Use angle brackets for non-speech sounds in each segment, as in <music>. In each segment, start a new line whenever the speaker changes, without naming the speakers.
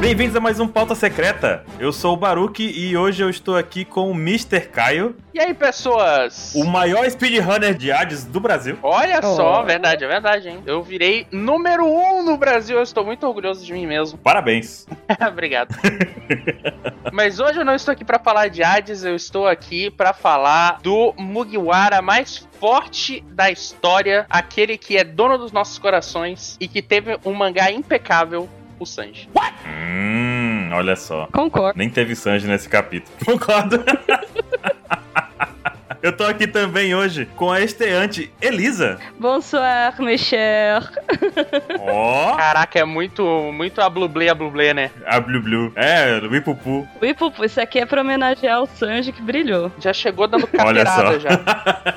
Bem-vindos a mais um Pauta Secreta. Eu sou o Baruque e hoje eu estou aqui com o Mr. Caio,
E aí, pessoas?
o maior speedrunner de Hades do Brasil.
Olha
Oh.
só, verdade, é verdade, hein? Eu virei número um no Brasil, eu estou muito orgulhoso de mim mesmo. <laughs>
Parabéns. <laughs>
Obrigado. Mas hoje eu não estou aqui pra falar de Hades, eu estou aqui pra falar do Mugiwara mais forte da história, aquele que é dono dos nossos corações e que teve um mangá impecável, o Sanji.
Hum, olha só.
Concordo.
Nem teve Sanji nesse capítulo. <laughs> Concordo. Eu tô aqui também hoje com a esteante Elisa.
Bonsoir, mes chers.
Ó,
Caraca, é muito, muito ablublê, ablublê, né?
a Blu Blu. É, o Ipupu.
Ui, Pupu, isso aqui é pra homenagear o Sanji que brilhou.
Já chegou dando
Olha só.
carteirada já.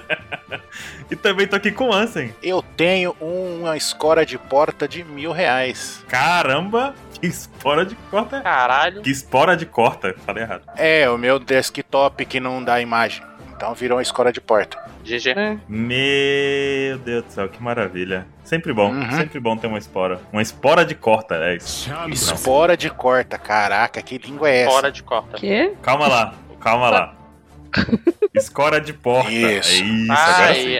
E também tô aqui com o Ansem.
Eu tenho uma escora de porta de mil reais.
Caramba, que espora de corta.
Caralho.
Que espora de corta. Falei errado.
É, o meu desktop que não dá imagem. Então virou uma escora de porta.
GG.
né?
Meu Deus do céu, que maravilha. Sempre bom,
Uhum.
sempre bom ter uma espora. Uma espora de corta, é isso.
Espora de corta, caraca, que língua é essa?
Fora de corta.
Que?
Calma lá, calma lá. Escora de porta.
Isso. Ah,
É isso, agora sim.
Aí, aí.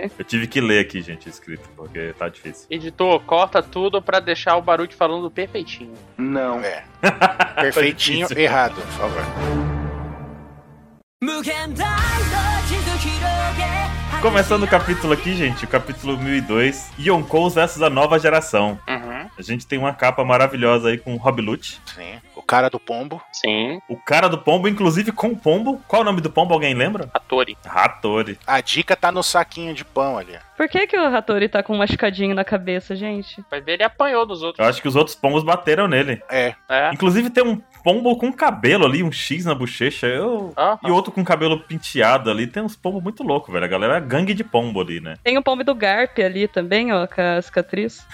Aê.
Eu tive que ler aqui, gente, escrito, porque tá difícil.
Editor, corta tudo pra deixar o Baruque falando perfeitinho.
Não.
É,
Tá
perfeitinho,
difícil.
errado, por favor.
無限大の地図広げ
Começando o capítulo aqui, gente, o capítulo 1002, Yonkous versus a nova geração.
Uhum.
A gente tem uma capa maravilhosa aí com o Rob Lute.
Sim. O cara do pombo.
Sim.
O cara do pombo, inclusive com o pombo. Qual é o nome do pombo? Alguém lembra?
Atori.
Hattori.
A dica tá no saquinho de pão ali.
Por que, que o Hattori tá com um machucadinho na cabeça, gente?
Vai ver, ele apanhou dos outros.
Eu acho que os outros pombos bateram nele.
É,
É.
Inclusive tem um pombo com cabelo ali, um X na bochecha. Eu...
Ah,
E outro com cabelo penteado ali. Tem uns pombos muito loucos, velho. A galera é gangue de pombo ali, né?
Tem o pombo do Garp ali também, ó, com a cicatriz.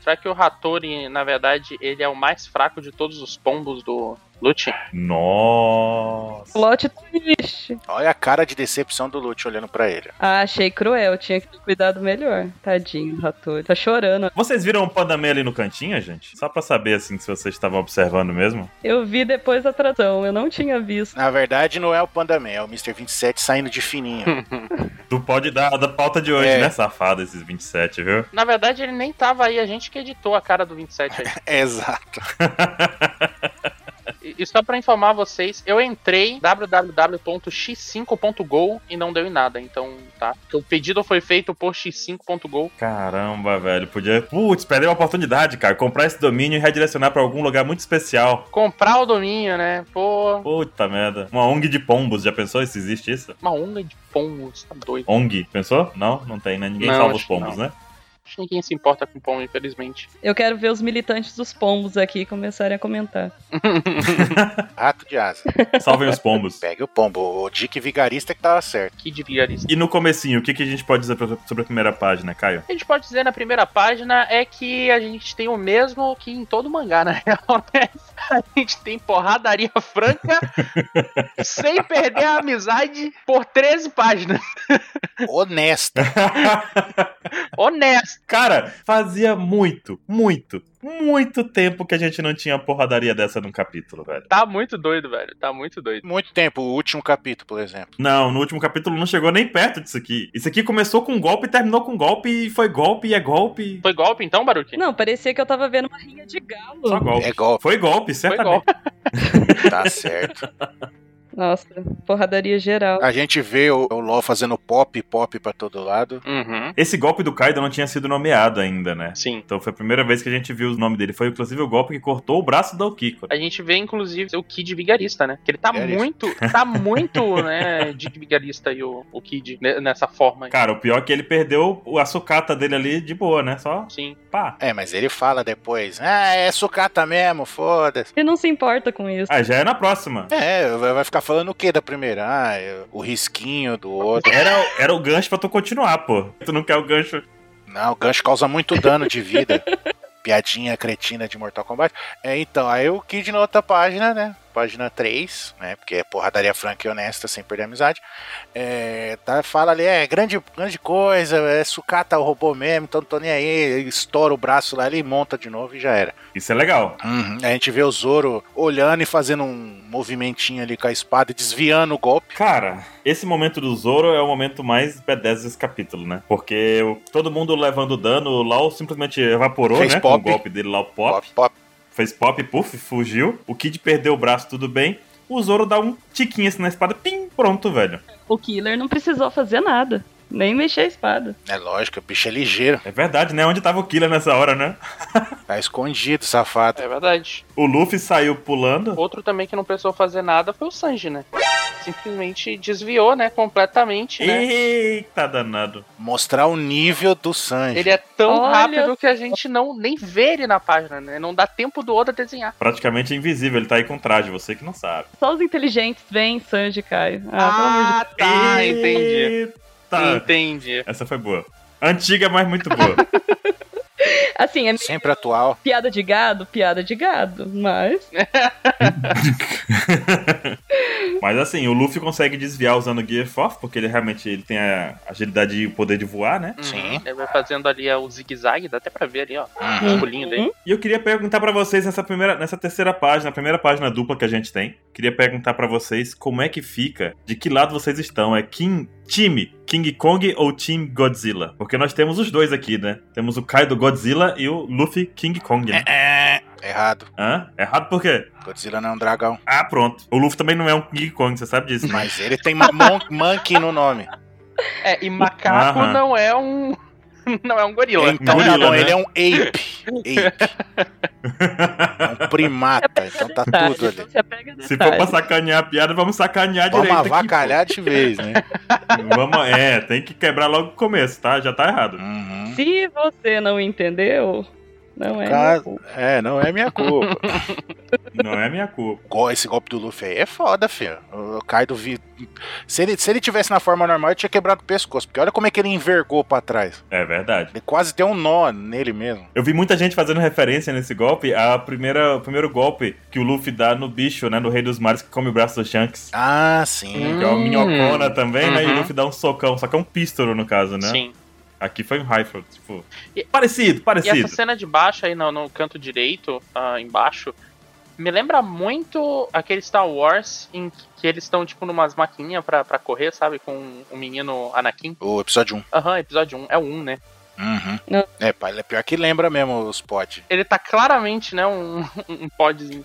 será que o Hattori, na verdade, ele é o mais fraco de todos os pombos do <laughs> Lute?
Nossa.
Plot twist.
olha a cara de decepção do Lute olhando pra ele.
Ah, achei cruel, tinha que ter cuidado melhor. Tadinho do Hattori. Tá chorando.
Vocês viram o Pandamê ali no cantinho, gente? Só pra saber, assim, se vocês estavam observando mesmo.
Eu vi depois da tradução, eu não tinha visto.
Na verdade, não é o Panda Man, é o Mr. 27 saindo
<laughs>
de fininho.
Tu pode dar da pauta de hoje,
É.
né, safado, esses 27, viu?
na verdade, ele nem tava aí, a gente que editou a cara do 27 aí.
Exato.
E e só pra informar vocês, eu entrei www.x5.go e não deu em nada, então tá. O pedido foi feito por x5.go.
Caramba, velho. Podia. Putz, perdeu a oportunidade, cara. Comprar esse domínio e redirecionar pra algum lugar muito especial.
Comprar o domínio, né? Pô,
Puta merda. Uma ONG de pombos. Já pensou se existe isso?
uma onda de pombos, tá doido.
ONG, pensou? Não, não tem, né? Ninguém
Não,
salva os
acho
pombos,
que
né?
Acho que ninguém se importa com pombo, infelizmente.
Eu quero ver os militantes dos pombos aqui começarem a comentar.
Rato de asa.
Salvem os pombos.
Pegue o pombo. O Dick Vigarista que
<laughs>
tava certo.
Que diria isso?
E no comecinho, o que, que a gente pode dizer pra- sobre a primeira página,
<laughs>
Caio?
O que a gente pode dizer na primeira página é que a gente tem o mesmo que em todo mangá, na <laughs> real, né? A gente tem porradaria franca sem perder a amizade por 13 páginas.
Honesta.
Honesto.
Cara, fazia muito, muito, muito tempo que a gente não tinha porradaria dessa num capítulo, velho.
Tá muito doido, velho. Tá muito doido.
Muito tempo, o último capítulo, por exemplo.
Não, no último capítulo não chegou nem perto disso aqui. Isso aqui começou com um golpe, terminou com golpe, e foi golpe, e é golpe.
Foi golpe então, Baruque?
Não, parecia que eu tava vendo uma rinha de galo.
Só golpe.
É golpe.
Foi golpe,
Foi
certamente.
golpe.
Tá certo.
Nossa, porradaria geral.
A gente vê o, o LOL fazendo pop, pop pra todo lado.
Uhum.
Esse golpe do Kaido não tinha sido nomeado ainda, né?
Sim.
Então foi a primeira vez que a gente viu o nome dele. Foi inclusive o golpe que cortou o braço do Kiko.
A gente vê, inclusive, o Kid Vigarista, né? Que ele tá
Vigarista.
muito, tá muito, né, Dick Vigarista e o, o Kid né, nessa forma. aí.
Cara, o pior é que ele perdeu o- a sucata dele ali de boa, né? Só
Sim.
pá.
É, mas ele fala depois. Ah, é sucata mesmo, foda-se.
Ele não se importa com isso.
Ah, já é na próxima.
É, vai vai ficar falando o que da primeira? Ah, eu- o risquinho do outro.
Era, era o gancho pra tu continuar, pô. Tu não quer o gancho.
Não, o gancho causa muito dano de vida. Piadinha cretina de Mortal Kombat. É, então, aí o Kid na outra página, né? página 3, né? Porque é porradaria franca e honesta, sem perder a amizade. É, tá, fala ali, é grande, grande coisa, é sucata o robô mesmo, então não tô nem aí, estoura o braço lá, ele monta de novo e já era.
Isso é legal.
Uhum. A gente vê o Zoro olhando e fazendo um movimentinho ali com a espada e desviando o golpe.
Cara, esse momento do Zoro é o momento mais badass desse capítulo, né? Porque o- todo mundo levando dano, o Lau simplesmente evaporou,
Fez
né?
pop.
Com o golpe dele lá, o pop.
Pop, pop.
Fez pop, puff, fugiu. O Kid perdeu o braço, tudo bem. O Zoro dá um tiquinho assim na espada, pim, pronto, velho.
O Killer não precisou fazer nada. Nem mexer a espada.
É lógico, o bicho é ligeiro.
É verdade, né? Onde tava o Killer nessa hora, né?
Tá escondido, safado.
É verdade.
O Luffy saiu pulando.
Outro também que não precisou fazer nada foi o Sanji, né? Simplesmente desviou, né? Completamente, né?
Eita danado.
Mostrar o nível do Sanji.
Ele é tão
Olha
rápido que a gente não nem vê ele na página, né? Não dá tempo do Oda desenhar.
Praticamente invisível, ele tá aí com traje, você que não sabe.
Só os inteligentes vêm, Sanji e Caio. Ah,
Ah, tá, entendi.
Eita.
Entendi.
Essa foi boa. Antiga, mas muito
<laughs>
boa.
pelo amor de Deus. Assim, é meio
Sempre atual.
piada de gado, piada de gado. Mas.
mas assim, o Luffy consegue desviar usando o Gear Forth, porque ele realmente ele tem a agilidade e o poder de voar, né?
Sim.
Uhum. Ele vai fazendo ali ó, o zigue-zague, dá até pra ver ali, ó.
Uhum.
O pulinho dele.
E eu queria perguntar pra vocês nessa primeira, nessa terceira página, a primeira página dupla que a gente tem, queria perguntar pra vocês como é que fica, de que lado vocês estão, é King, time King Kong ou Team Godzilla? Porque nós temos os dois aqui, né? Temos o Kaido Godzilla e o Luffy King Kong, né?
É, é. Errado.
Hã? Errado por quê?
Godzilla não é um dragão.
Ah, pronto. O Luffy também não é um King Kong, você sabe
<laughs>
disso, né?
Mas ele tem ma- mon monkey no nome.
É, e macaco
Aham.
não é um. <laughs> Não é um gorila.
Então
Gorila,
tá bom,
né?
ele é um ape. Ape. É um primata. Então tá tudo ali.
Você pega
Se for pra
detalhe.
sacanear a piada, vamos sacanear
Vamos
direito. aqui, pô.
avacalhar de vez, né?
Vamos, é, tem que quebrar logo o começo, tá? Já tá errado.
Uhum.
Se você não entendeu, não é.
Ca- É, não é minha culpa.
Não é minha culpa.
<laughs> Go- Esse golpe do Luffy aí é foda, filho. O Kaido vi. Se ele, se ele tivesse na forma normal, ele tinha quebrado o pescoço. Porque olha como é que ele envergou pra trás.
É verdade.
Ele quase deu um nó nele mesmo.
Eu vi muita gente fazendo referência nesse golpe a primeira, o primeiro golpe que o Luffy dá no bicho, né? No Rei dos Mares que come o braço do Shanks.
Ah, sim.
Hum.
Que é uma minhocona também, né? E o
Uhum.
Luffy dá um socão, só que é um pístolo no caso, né?
Sim.
Aqui foi um rifle, tipo.
E-
Parecido,
E essa
parecido.
cena de baixo aí no, no canto direito, ah, embaixo, me lembra muito aquele Star Wars em que que eles estão, tipo, numas maquininhas pra, pra correr, sabe? Com o menino Anakin.
O episódio 1.
Aham, episódio 1. É o 1, né?
Uhum.
Não.
É, pá, ele é pior que lembra mesmo os pods.
Ele tá claramente, né, um, <laughs> um podzinho.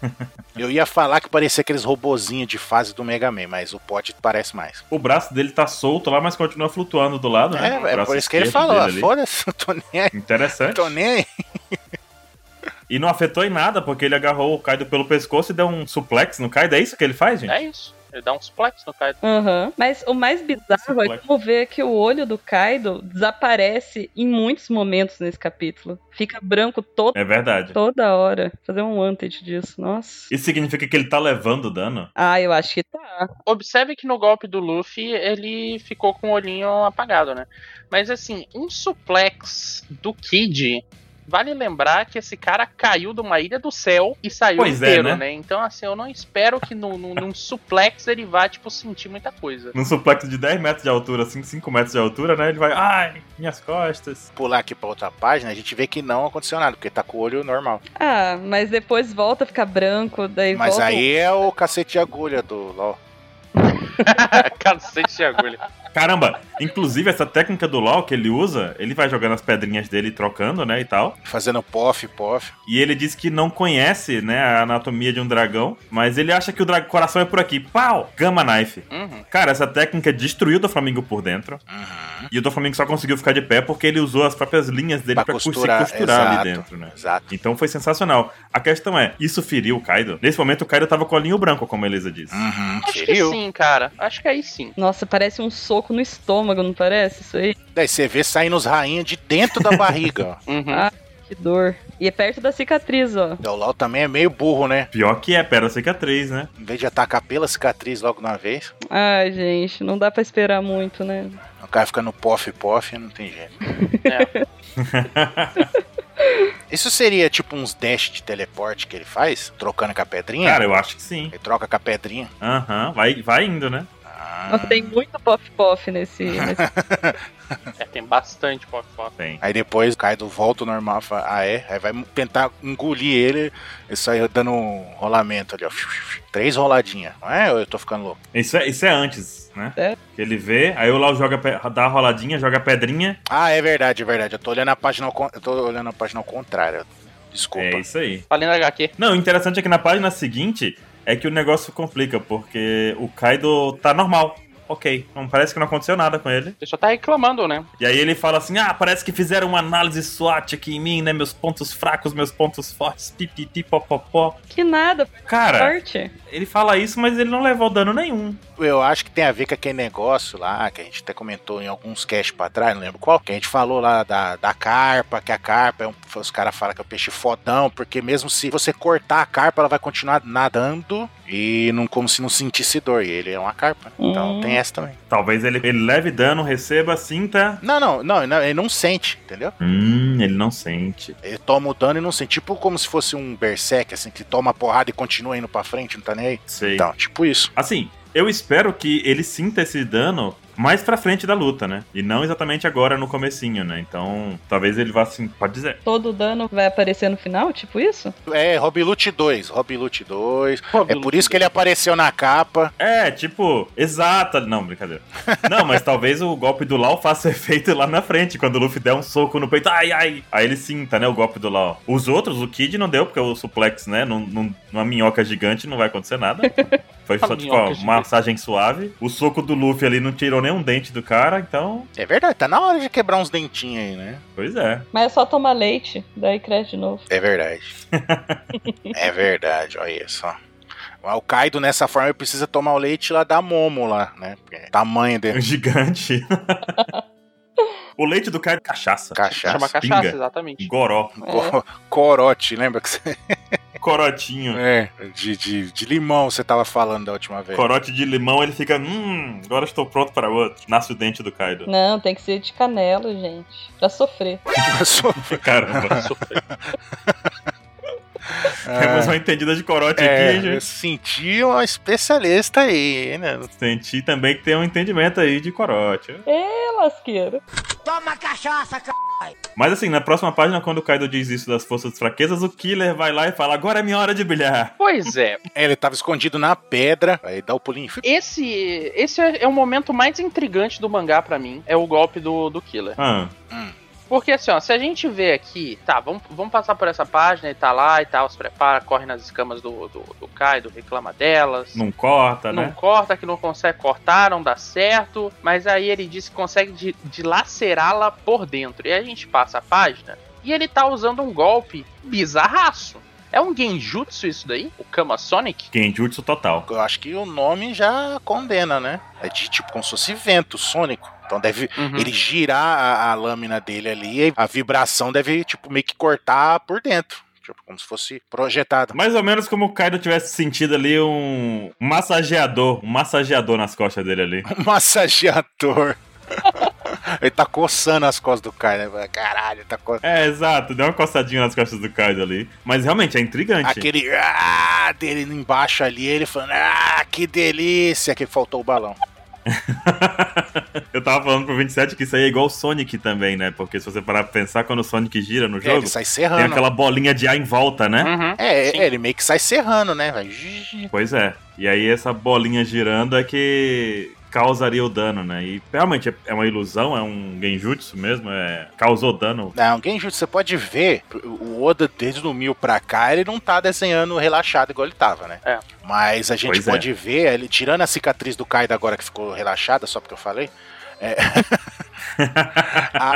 Eu ia falar que parecia aqueles robozinhos de fase do Mega Man, mas o pod parece mais.
O braço dele tá solto lá, mas continua flutuando do lado, né? O
É, é
braço
por isso que ele
esquerdo
falou,
dele
ah,
ali.
foda-se, <laughs> não tô nem aí,
Interessante.
tô nem aí.
E não afetou em nada, porque ele agarrou o Kaido pelo pescoço e deu um suplex no Kaido. É isso que ele faz, gente?
É isso. Ele dá uns suplex no Kaido.
Aham. Mas o mais bizarro é
Esse
como ver que o olho do Kaido desaparece em muitos momentos nesse capítulo. Fica branco todo,
É verdade.
toda hora. Fazer um wanted disso, nossa.
Isso significa que ele tá levando dano?
Ah, eu acho que tá.
Observe que no golpe do Luffy ele ficou com o olhinho apagado, né? Mas assim, um suplex do Kid. Vale lembrar que esse cara caiu de uma ilha do céu e saiu
Pois é,
inteiro,
né?
né? Então, assim, eu não espero que no, no- num suplex ele vá, tipo, sentir muita coisa. <laughs>
Num suplex de 10 metros de altura, assim, 5 metros de altura, né? Ele vai, ai, minhas costas.
Pular aqui pra outra página, a gente vê que não aconteceu nada, porque tá com o olho normal.
Ah, mas depois volta a ficar branco, daí
mas
volta. um
aí é o cacete de agulha do LOL.
Cacete de agulha.
Caramba, inclusive essa técnica do LoL que ele usa, ele vai jogando as pedrinhas dele, trocando, né, e tal.
Fazendo pof, pof.
E ele diz que não conhece, né, a anatomia de um dragão, mas ele acha que o dra- coração é por aqui. Pau! Gama Knife.
Uhum.
Cara, essa técnica destruiu o Doflamingo por dentro. E o Doflamingo só conseguiu ficar de pé porque ele usou as próprias linhas dele
Uhum. Pra
pra, cus-
costurar,
se costurar
exato.
ali dentro, né?
Exato.
Então foi sensacional. A questão é, isso feriu o Kaido? Nesse momento o Kaido tava com o olhinho branco, como a Elisa disse.
Uhum.
Acho que
Feriu.
sim, cara. Acho que aí sim.
Nossa, parece um soco no estômago, não parece isso aí?
Daí você vê saindo os rainhos de dentro da barriga.
<laughs>
ó.
Uhum.
Ah. Que dor. E é perto da cicatriz, ó.
Então, O LOL também é meio burro, né?
Pior que é, pera cicatriz, né?
Em vez de atacar pela cicatriz logo de uma vez,
Ai, gente, não dá pra esperar muito, né?
É.
o cara fica no pof, pof, não tem jeito. <laughs> Isso seria tipo uns dash de teleporte que ele faz? Trocando com a pedrinha?
Cara, eu acho que sim.
Ele troca com a pedrinha?
Aham, vai, vai indo, né?
Ah.
Nossa, tem muito pop-pop nesse, nesse-
<laughs>
É, tem bastante pop pop.
Tem.
Aí depois cai do volta ao normal, fala, ah é? Aí vai tentar engolir ele, ele sai dando um rolamento ali, ó. Três roladinhas, não é? Ou eu tô ficando louco?
Isso é, isso é antes, né?
É.
Que ele vê, aí o Lau joga, pe- dá a roladinha, joga a pedrinha.
Ah, é verdade, é verdade. Eu tô olhando a página ao, con- eu tô olhando a página ao contrário. Desculpa.
É isso aí.
Falei na HQ.
Não, o interessante é que na página seguinte é que o negócio complica, porque o Kaido tá normal. Ok, não parece que não aconteceu nada com ele.
Você só tá reclamando, né?
E aí ele fala assim: Ah, parece que fizeram uma análise SWOT aqui em mim, né? Meus pontos fracos, meus pontos fortes, pipipi, popopó.
Que nada,
É.
Cara,
sorte.
ele fala isso, mas ele não levou dano nenhum.
Eu acho que tem a ver com aquele negócio lá, que a gente até comentou em alguns casts pra trás, não lembro qual, que a gente falou lá da, da carpa, que a carpa é um. Os caras falam que é um peixe fodão, porque mesmo se você cortar a carpa, ela vai continuar nadando e não como se não sentisse dor. E ele é uma carpa, né? Então
Hum.
tem essa também.
Talvez ele, ele leve dano, receba, sinta.
Não, não, não, não, ele não sente, entendeu?
Hum, ele não sente.
Ele toma o dano e não sente. Tipo como se fosse um berserk, assim, que toma a porrada e continua indo pra frente, não tá nem aí.
Sei.
Então, tipo isso.
Assim, eu espero que ele sinta esse dano mais pra frente da luta, né? E não exatamente agora no comecinho, né? Então, talvez ele vá assim, pode dizer.
Todo dano vai aparecer no final, tipo isso?
É Rob Lute 2, Rob Lute 2. É por isso que ele apareceu na capa.
É, tipo, exata. Não, brincadeira. Não, mas talvez o golpe do Lau faça <laughs> efeito lá na frente, quando o Luffy der um soco no peito. Ai, ai. Aí ele sinta, né? O golpe do Lau. Os outros, o Kid não deu, porque o suplex, né? Num, num- numa minhoca gigante não vai acontecer nada.
<laughs>
Foi só,
Uma
tipo, ó,
minhoca
uma
gigante.
massagem suave. O soco do Luffy ali não tirou nenhum dente do cara, então.
É verdade, tá na hora de quebrar uns dentinhos aí, né?
Pois é. <laughs>
Mas é só tomar leite, daí cresce de novo.
É verdade. é verdade, olha só. Mas O Kaido, nessa forma, ele precisa tomar o leite lá da Momo lá, né? Porque é tamanho
É um
dele.
gigante. <laughs> o leite do Kaido, cachaça.
Cachaça.
Chama
pinga.
cachaça, exatamente.
Goró.
É.
Co- <laughs> Corote, lembra que você.
Corotinho.
<laughs> É, de, de, de limão você tava falando da última vez.
Corote de limão, ele fica. Hum, agora estou pronto para outro. Nasce o dente do Kaido.
Não, tem que ser de canelo, gente. Pra sofrer.
<laughs>
Caramba. Temos uma entendida de corote
É,
aqui,
eu
gente.
senti uma especialista aí, né?
Senti também que tem um entendimento aí de corote.
É lasqueiro.
Toma cachaça, cara.
Mas assim, na próxima página, quando o Kaido diz isso das forças fraquezas, o Killer vai lá e fala: agora é minha hora de brilhar.
Pois é,
Ele tava escondido na pedra, aí dá o pulinho.
esse esse é o momento mais intrigante do mangá pra mim, é o golpe do, do Killer.
Ah,
Porque assim, ó, se a gente vê aqui, tá, vamos, vamos passar por essa página e tá lá e tal, se prepara, corre nas escamas do, do, do Kaido, reclama delas.
não corta,
Não
né?
corta, que não consegue cortar, não dá certo. Mas aí ele diz que consegue di- dilacerá-la por dentro. E aí a gente passa a página e ele tá usando um golpe bizarraço. É um genjutsu isso daí? O Kama Sonic?
Genjutsu total.
Eu acho que o nome já condena, né? É de tipo como se fosse vento sônico. Então deve
Uhum.
ele girar a, a lâmina dele ali, e a vibração deve, tipo, meio que cortar por dentro. Tipo, como se fosse projetado. <laughs>
Mais ou menos como o Kaido tivesse sentido ali um massageador, um massageador nas costas dele ali.
Um massageador. <laughs> ele tá coçando as costas do cara, né? Caralho, tá coçando.
É, exato, deu uma coçadinha nas costas do Kaido ali. Mas realmente é intrigante.
Aquele ah, dele embaixo ali, ele falando, ah, que delícia, que faltou o balão.
<laughs> Eu tava falando pro 27 que isso aí é igual o Sonic também, né? Porque se você parar pra pensar, quando o Sonic gira no
É,
jogo,
ele sai
tem
serrando.
aquela bolinha de ar em volta, né?
Uhum.
É,
Sim.
é, ele meio que sai serrando, né? Vai. zzz.
Pois é. E aí essa bolinha girando é que causaria o dano, né? E realmente é- é uma ilusão, é um genjutsu mesmo, é... causou dano.
Não, Ah, alguém justo, você pode ver, o Oda desde o mil pra cá, ele não tá desenhando relaxado igual ele tava, né?
É.
Mas a gente
Pois é.
pode ver, ele tirando a cicatriz do Kaido agora que ficou relaxada, só porque eu falei. é, <laughs> a-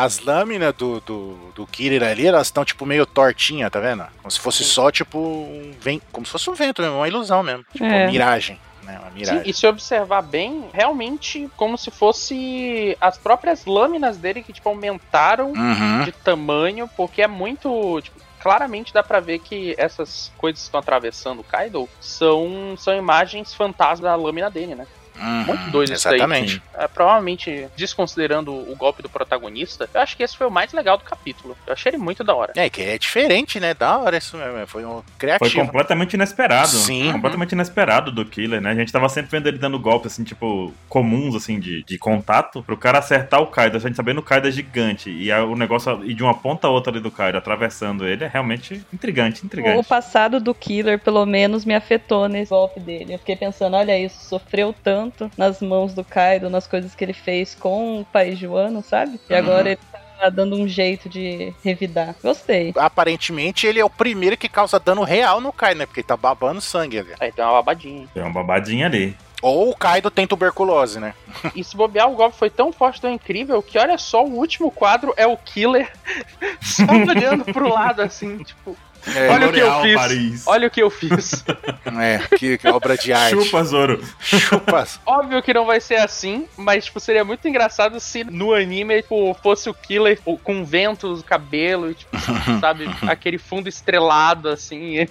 a- as lâminas do, do, do Kirir ali, elas estão tipo meio tortinha, tá vendo? Como se fosse só tipo um vento, como se fosse um vento mesmo, uma ilusão mesmo. Tipo,
É.
uma miragem, né? Uma
Sim,
miragem.
e se observar bem, realmente como se fosse as próprias lâminas dele que tipo aumentaram
Uhum.
de tamanho, porque é muito. tipo, claramente dá pra ver que essas coisas que estão atravessando o Kaido são, são imagens fantasmas da lâmina dele, né?
Uhum,
Muito doido isso daí.
Exatamente.
É, provavelmente, desconsiderando o golpe do protagonista, eu acho que esse foi o mais legal do capítulo. Eu achei ele muito da hora.
É, que é diferente, né? Da hora isso mesmo. Foi um
Foi
criativo.
completamente inesperado. Uhum.
Sim.
Completamente inesperado do Killer, né? A gente tava sempre vendo ele dando golpes, assim, tipo, comuns, assim, de, de contato, pro cara acertar o Kaido. A gente sabendo o Kaido é gigante. E a- o negócio ir de uma ponta a outra ali do Kaido, atravessando ele, é realmente intrigante,
O
intrigante.
passado do Killer, pelo menos, me afetou nesse golpe dele. Eu fiquei pensando, olha isso, sofreu tanto nas mãos do Kaido, nas coisas que ele fez com o pai Joano, sabe? E
Uhum.
agora ele tá dando um jeito de revidar. Gostei.
Aparentemente, ele é o primeiro que causa dano real no Kaido, né? Porque ele tá babando sangue ali.
Aí tem uma babadinha. hein?
É uma babadinha ali.
Ou o Kaido tem tuberculose, né?
E se bobear, o golpe foi tão forte, tão incrível, que olha só, o último quadro é o Killer <laughs> só olhando pro lado assim, tipo,
É,
Olha o que eu
L'Oréal
fiz.
Paris.
olha o que eu fiz.
é, que, que obra de arte.
Chupa, Zoro.
Chupa.
Óbvio que não vai ser assim, mas tipo, seria muito engraçado se no anime tipo, fosse o Killer tipo, com ventos, cabelo, e, tipo, sabe, aquele fundo estrelado assim.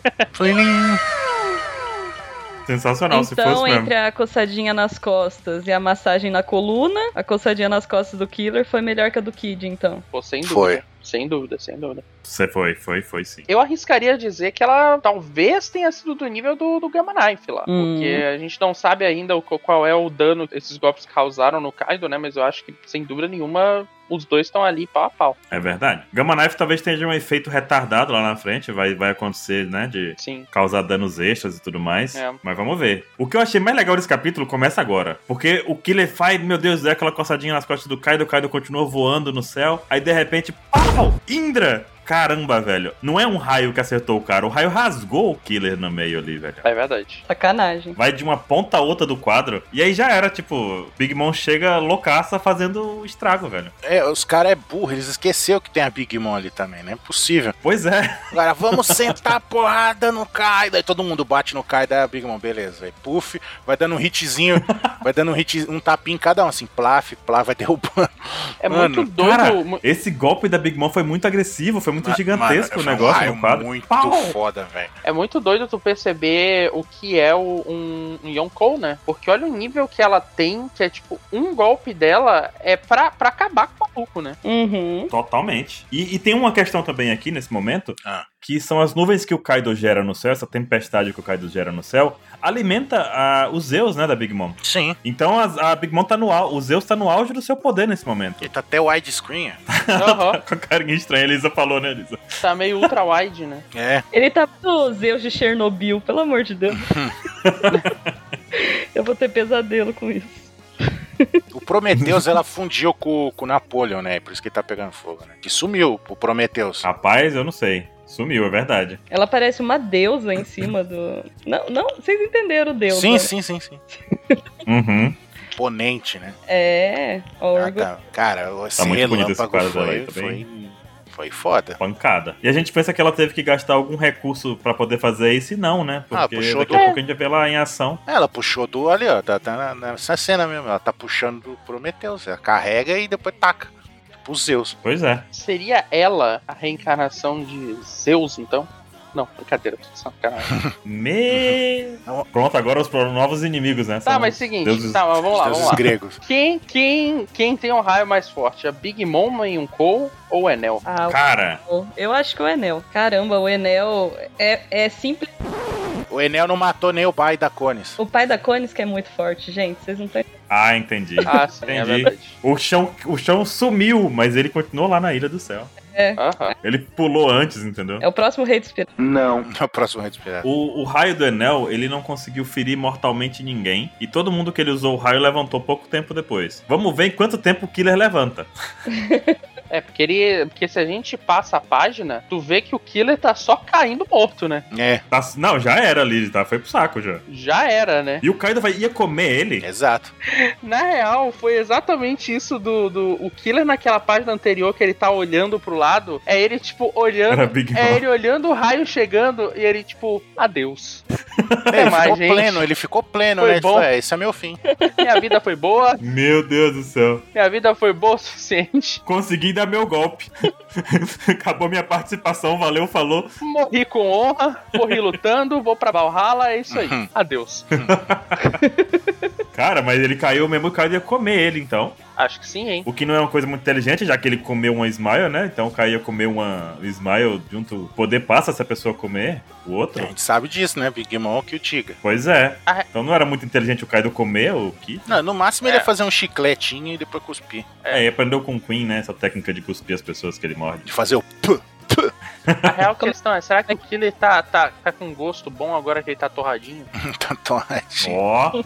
Sensacional, se fosse
então,
mesmo.
entre a coçadinha nas costas e a massagem na coluna, a coçadinha nas costas do Killer foi melhor que a do Kid, então.
Pô, sem dúvida.
Foi.
Sem dúvida, sem dúvida.
Você foi, foi, foi sim.
Eu arriscaria dizer que ela talvez tenha sido do nível do, do Gamma Knife lá.
Hum.
Porque a gente não sabe ainda o- qual é o dano que esses golpes causaram no Kaido, né? Mas eu acho que, sem dúvida nenhuma, os dois estão ali pau a pau.
É verdade. Gamma Knife talvez tenha um efeito retardado lá na frente, vai, vai acontecer, né? De
Sim.
causar danos extras e tudo mais.
É.
Mas vamos ver. O que eu achei mais legal desse capítulo começa agora. Porque o Killer faz, meu Deus, deu aquela coçadinha nas costas do Kaido, o Kaido continua voando no céu. Aí de repente, pau! Indra! Caramba, velho. Não é um raio que acertou o cara, o raio rasgou o Killer no meio ali, velho.
É verdade.
Sacanagem.
Vai de uma ponta a outra do quadro. E aí já era, tipo, Big Mom chega loucaça fazendo estrago, velho.
É, os caras é burro, eles esqueceram que tem a Big Mom ali também, não é possível.
Pois é. <laughs>
Agora, vamos sentar <laughs> a porrada no Kaido. Aí todo mundo bate no Kaido, aí a Big Mom, beleza. Aí puff, vai dando um hitzinho, vai dando um hit, um tapinho em cada um, assim, plaf, plaf, vai derrubando.
É
Mano,
muito doido.
cara,
mu-
Esse golpe da Big Mom foi muito agressivo, foi muito gigantesco
Mano,
o negócio
é um
no quadro.
Muito
Pau!
foda, velho.
É muito doido tu perceber o que é o- um, um Yonkou, né? Porque olha o nível que ela tem, que é tipo, um golpe dela é pra, pra acabar com o maluco,
<laughs>
né?
Uhum.
Totalmente. E, e tem uma questão também aqui nesse momento,
Ah.
que são as nuvens que o Kaido gera no céu, essa tempestade que o Kaido gera no céu, alimenta a, os Zeus, né, da Big Mom.
Sim.
Então as- a, Big Mom tá no auge, o Zeus tá no auge do seu poder nesse momento. <laughs>
Ele tá até widescreen. ó.
Aham.
Com a carinha estranha, a Elisa falou, né, Elisa?
Tá meio ultra-wide, né?
É.
Ele tá pro Zeus de Chernobyl, pelo amor
<laughs>
de Deus. Eu vou ter pesadelo com isso.
O Prometheus, ela fundiu com, com o Napoleon, né? Por isso que ele tá pegando fogo, né? Que sumiu o Prometheus.
Ah,
Rapaz, eu não sei. Sumiu, é verdade.
Ela parece uma deusa em cima do. Não, não, vocês entenderam o né? deusa.
sim, sim, sim, sim.
Uhum.
Ponente, né?
É,
Ah,
Orgo.
tá. Cara, esse
Tá muito bonito esse
relâmpago
quadro
foi,
aí também.
foi, foi foda.
Pancada. E a gente pensa que ela teve que gastar algum recurso pra poder fazer isso e não, né?
Ah,
Porque
puxou
daqui
do-
a pouco a gente vai ver ela em ação.
Ela puxou do ali, ó. Tá, tá na- nessa cena mesmo. Ela tá puxando do Prometheus. Ela carrega e depois taca. Tipo os Zeus.
Pois é.
Seria ela a reencarnação de Zeus, então? Não, brincadeira, tô
<laughs>
sacanagem.
Me...
Não.
Pronto, agora os pro- novos inimigos, né?
Tá,
São
mas seguinte,
deuses-
tá, mas vamos lá,
Deuses
vamos lá.
gregos.
Quem, quem, quem tem um raio mais forte? A Big Mom em um Cole ou
<laughs>
o Enel?
Ah,
Cara,
o- eu acho que é o Enel. Caramba, o Enel é, é simples.
O Enel não matou nem o pai da Cones.
O pai da Conis que é muito forte, gente. Vocês não estão.
Ah, entendi.
<laughs> Ah, sim, é
Entendi.
verdade.
O chão, o chão sumiu, mas ele continuou lá na Ilha do Céu.
Aham.
Ele pulou antes, entendeu?
É o próximo rei dos piratas.
<laughs> Na próxima respirada.
O, o raio do Enel, ele não conseguiu ferir mortalmente ninguém. E todo mundo que ele usou o raio levantou pouco tempo depois. Vamos ver em quanto tempo o Killer levanta.
É, porque ele. Porque se a gente passa a página, tu vê que o Killer tá só caindo morto, né?
É,
Tá- não, já era ali, tá? Foi pro saco já.
Já era, né?
E o Kaido vai, ia comer ele?
<laughs>
exato.
Na real, foi exatamente isso do, do. O Killer naquela página anterior que ele tá olhando pro lado. É ele, tipo, olhando.
Era Big Mom.
É ele olhando o raio chegando e ele, tipo, adeus. Até
Ele
mais,
ficou
gente.
pleno, ele ficou pleno,
Foi
né? Ele
bom.
falou, é, esse é meu fim.
Minha vida foi boa,
Meu Deus do céu.
minha vida foi boa o suficiente.
Consegui dar meu golpe. <laughs> Acabou minha participação, valeu, falou.
Morri com honra, morri lutando, vou pra Valhalla, é isso aí. Adeus.
Cara, mas ele caiu mesmo e o cara ia comer ele, então.
Acho que sim, hein?
O que não é uma coisa muito inteligente, já que ele comeu uma Smile, né? Então o cara ia comer uma Smile junto. Poder passa se a pessoa comer o
A
outro.
gente sabe disso, né? Big Mom que o Tiga.
Pois é.
Ah, é.
Então não era muito inteligente o Kaido comer o Ki.
Não, no máximo ele
É.
ia fazer um chicletinho e depois cuspir.
É, e aprendeu com o Queen, né? Essa técnica de cuspir as pessoas que ele morde.
De fazer o p. <laughs>
A real questão é, será que o Killer tá, tá, tá com gosto bom agora que ele tá torradinho?
tatuagem.
Ó,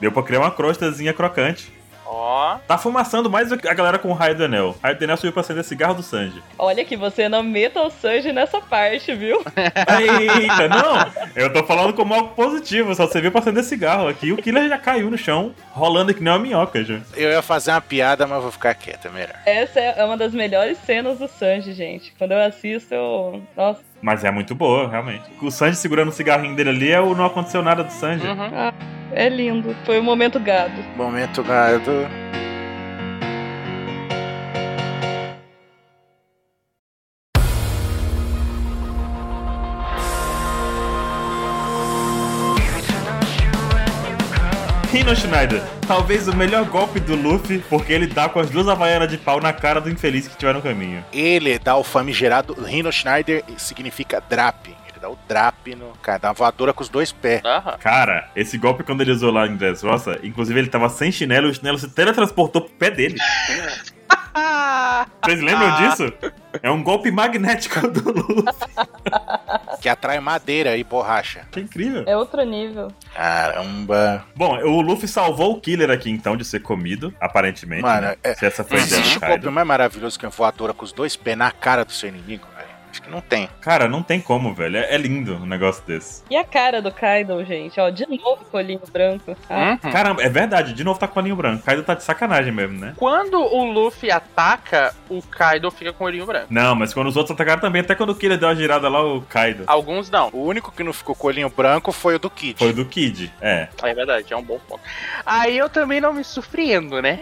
deu pra criar uma crostazinha crocante.
Ó,
Tá fumaçando mais a galera com o raio do Enel. O raio do Enel subiu pra acender cigarro do Sanji.
Olha que você não meta o Sanji nessa parte, viu? <laughs>
Eita, não! Eu tô falando como algo positivo, só serviu pra acender cigarro aqui. O Killer já caiu no chão, rolando que nem uma minhoca já.
Eu ia fazer uma piada, mas vou ficar quieto, é melhor.
Essa é uma das melhores cenas do Sanji, gente. Quando eu assisto, eu... Nossa,
Mas é muito boa, realmente. O Sanji segurando o cigarrinho dele ali é o não aconteceu nada do Sanji.
uhum.
é lindo. Foi o momento gado.
Momento gado.
Hino Schneider, talvez o melhor golpe do Luffy, porque ele dá com as duas havaianas de pau na cara do infeliz que tiver no caminho.
Ele dá o famigerado. Rhino Schneider significa drap. Ele dá o drap no cara, dá uma voadora com os dois pés.
Aham.
Cara, esse golpe quando ele usou lá em Dressrosa, inclusive ele tava sem chinelo, o chinelo se teletransportou pro pé dele.
Ah, <laughs>
Vocês lembram disso? É um golpe magnético do Luffy.
Que atrai madeira e borracha.
Que incrível.
É outro nível.
Caramba.
Bom, o Luffy salvou o Killer aqui então de ser comido, aparentemente.
Mano,
né?
é-
Se essa foi
Não
a ideia
existe
do
golpe
Kaido.
mais maravilhoso que uma voadora com os dois pés na cara do seu inimigo, velho. Acho que não tem.
Cara, não tem como, velho. É é lindo um negócio desse.
E a cara do Kaido, gente? Ó, de novo colinho branco. Ah,
uhum.
<laughs> Caramba, é verdade. De novo tá com o olhinho branco. Kaido tá de sacanagem mesmo, né?
Quando o Luffy ataca, o Kaido fica com o olhinho branco.
Não, mas quando os outros atacaram também. Até quando o Killer deu uma girada lá, o Kaido.
Alguns não.
O único que não ficou com o olhinho branco foi o do Kid.
Foi o do Kid. É.
É verdade, é um bom ponto. Aí eu também não me
<laughs>
surpreendo, né?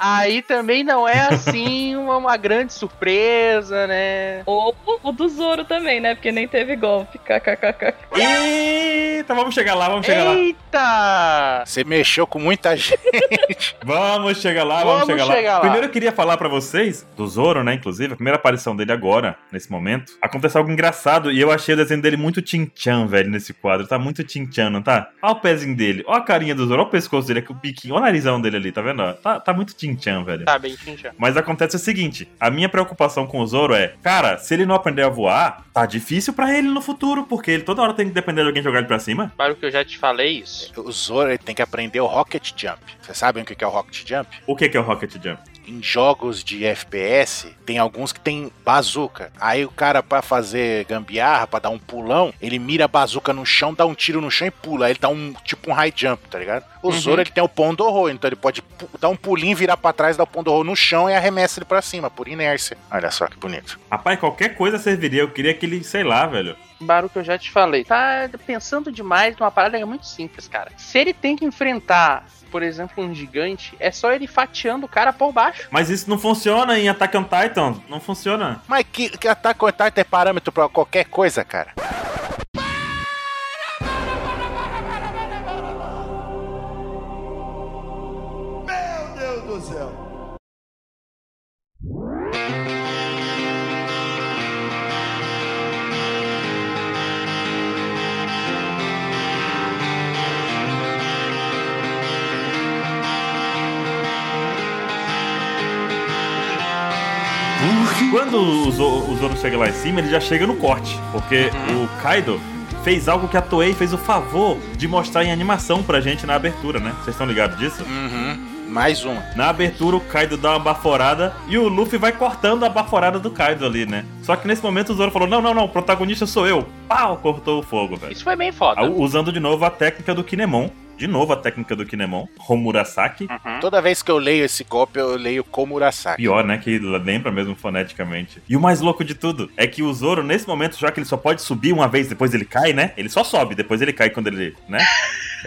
Aí também não é assim uma, uma grande surpresa, né?
Ou o do Zoro também, né? Porque nem teve golpe. KKKK.
Eita, vamos chegar lá, vamos chegar lá.
Eita!
Você mexeu com muita gente.
Vamos chegar lá, vamos,
Vamos
chegar,
chegar
lá.
lá.
Primeiro eu queria falar pra vocês do Zoro, né? Inclusive, a primeira aparição dele agora, nesse momento. Aconteceu algo engraçado e eu achei o desenho dele muito Tinchan, velho, nesse quadro. Tá muito Tinchan, não tá? Olha o pezinho dele, olha a carinha do Zoro, olha o pescoço dele, aqui, o biquinho, olha o narizão dele ali, tá vendo? ó? Tá, tá muito Tinchan, velho.
Tá bem, Xinja.
Mas acontece o seguinte, a minha preocupação com o Zoro é, cara, se ele não aprender a voar, tá difícil pra ele no futuro, porque ele toda hora tem que depender de alguém jogar ele pra cima.
Claro que eu já te falei isso.
O Zoro ele tem que aprender o Rocket Jump. Vocês sabem o que que é o Rocket Jump?
O que que é o Rocket Jump?
Em jogos de FPS, tem alguns que tem bazuca. Aí o cara, pra fazer gambiarra, pra dar um pulão, ele mira a bazuca no chão, dá um tiro no chão e pula. Aí ele dá um tipo um high jump, tá ligado? O
Uhum.
Zoro ele tem o Pondorô, então ele pode pu- dar um pulinho, virar pra trás, dar o Pondorô no chão e arremessa ele pra cima, por inércia. Olha só que bonito.
Rapaz, qualquer coisa serviria, eu queria que ele, sei lá, velho.
Baru que eu já te falei. Tá pensando demais numa parada que é muito simples, cara. Se ele tem que enfrentar, por exemplo, um gigante, é só ele fatiando o cara por baixo.
Mas isso não funciona em Attack on Titan. Não funciona.
Mas que, que ataque o Titan é parâmetro pra qualquer coisa, cara.
Quando o, Zo- o Zoro chega lá em cima, ele já chega no corte. Porque o Kaido fez algo que a Toei fez o favor de mostrar em animação pra gente na abertura, né? Vocês estão ligados disso?
Uhum. Mais um.
Na abertura, o Kaido dá uma baforada e o Luffy vai cortando a baforada do Kaido ali, né? Só que nesse momento o Zoro falou: Não, não, não, o protagonista sou eu. Pau! Cortou o fogo, velho.
Isso foi bem foda.
Ah, Usando de novo a técnica do Kinemon. De novo a técnica do Kinemon. Homurasaki.
Uhum.
Toda vez que eu leio esse golpe, eu leio Komurasaki.
Pior, né? Que lembra mesmo foneticamente. E o mais louco de tudo é que o Zoro, nesse momento, já que ele só pode subir uma vez, depois ele cai, né? Ele só sobe, depois ele cai quando ele. né?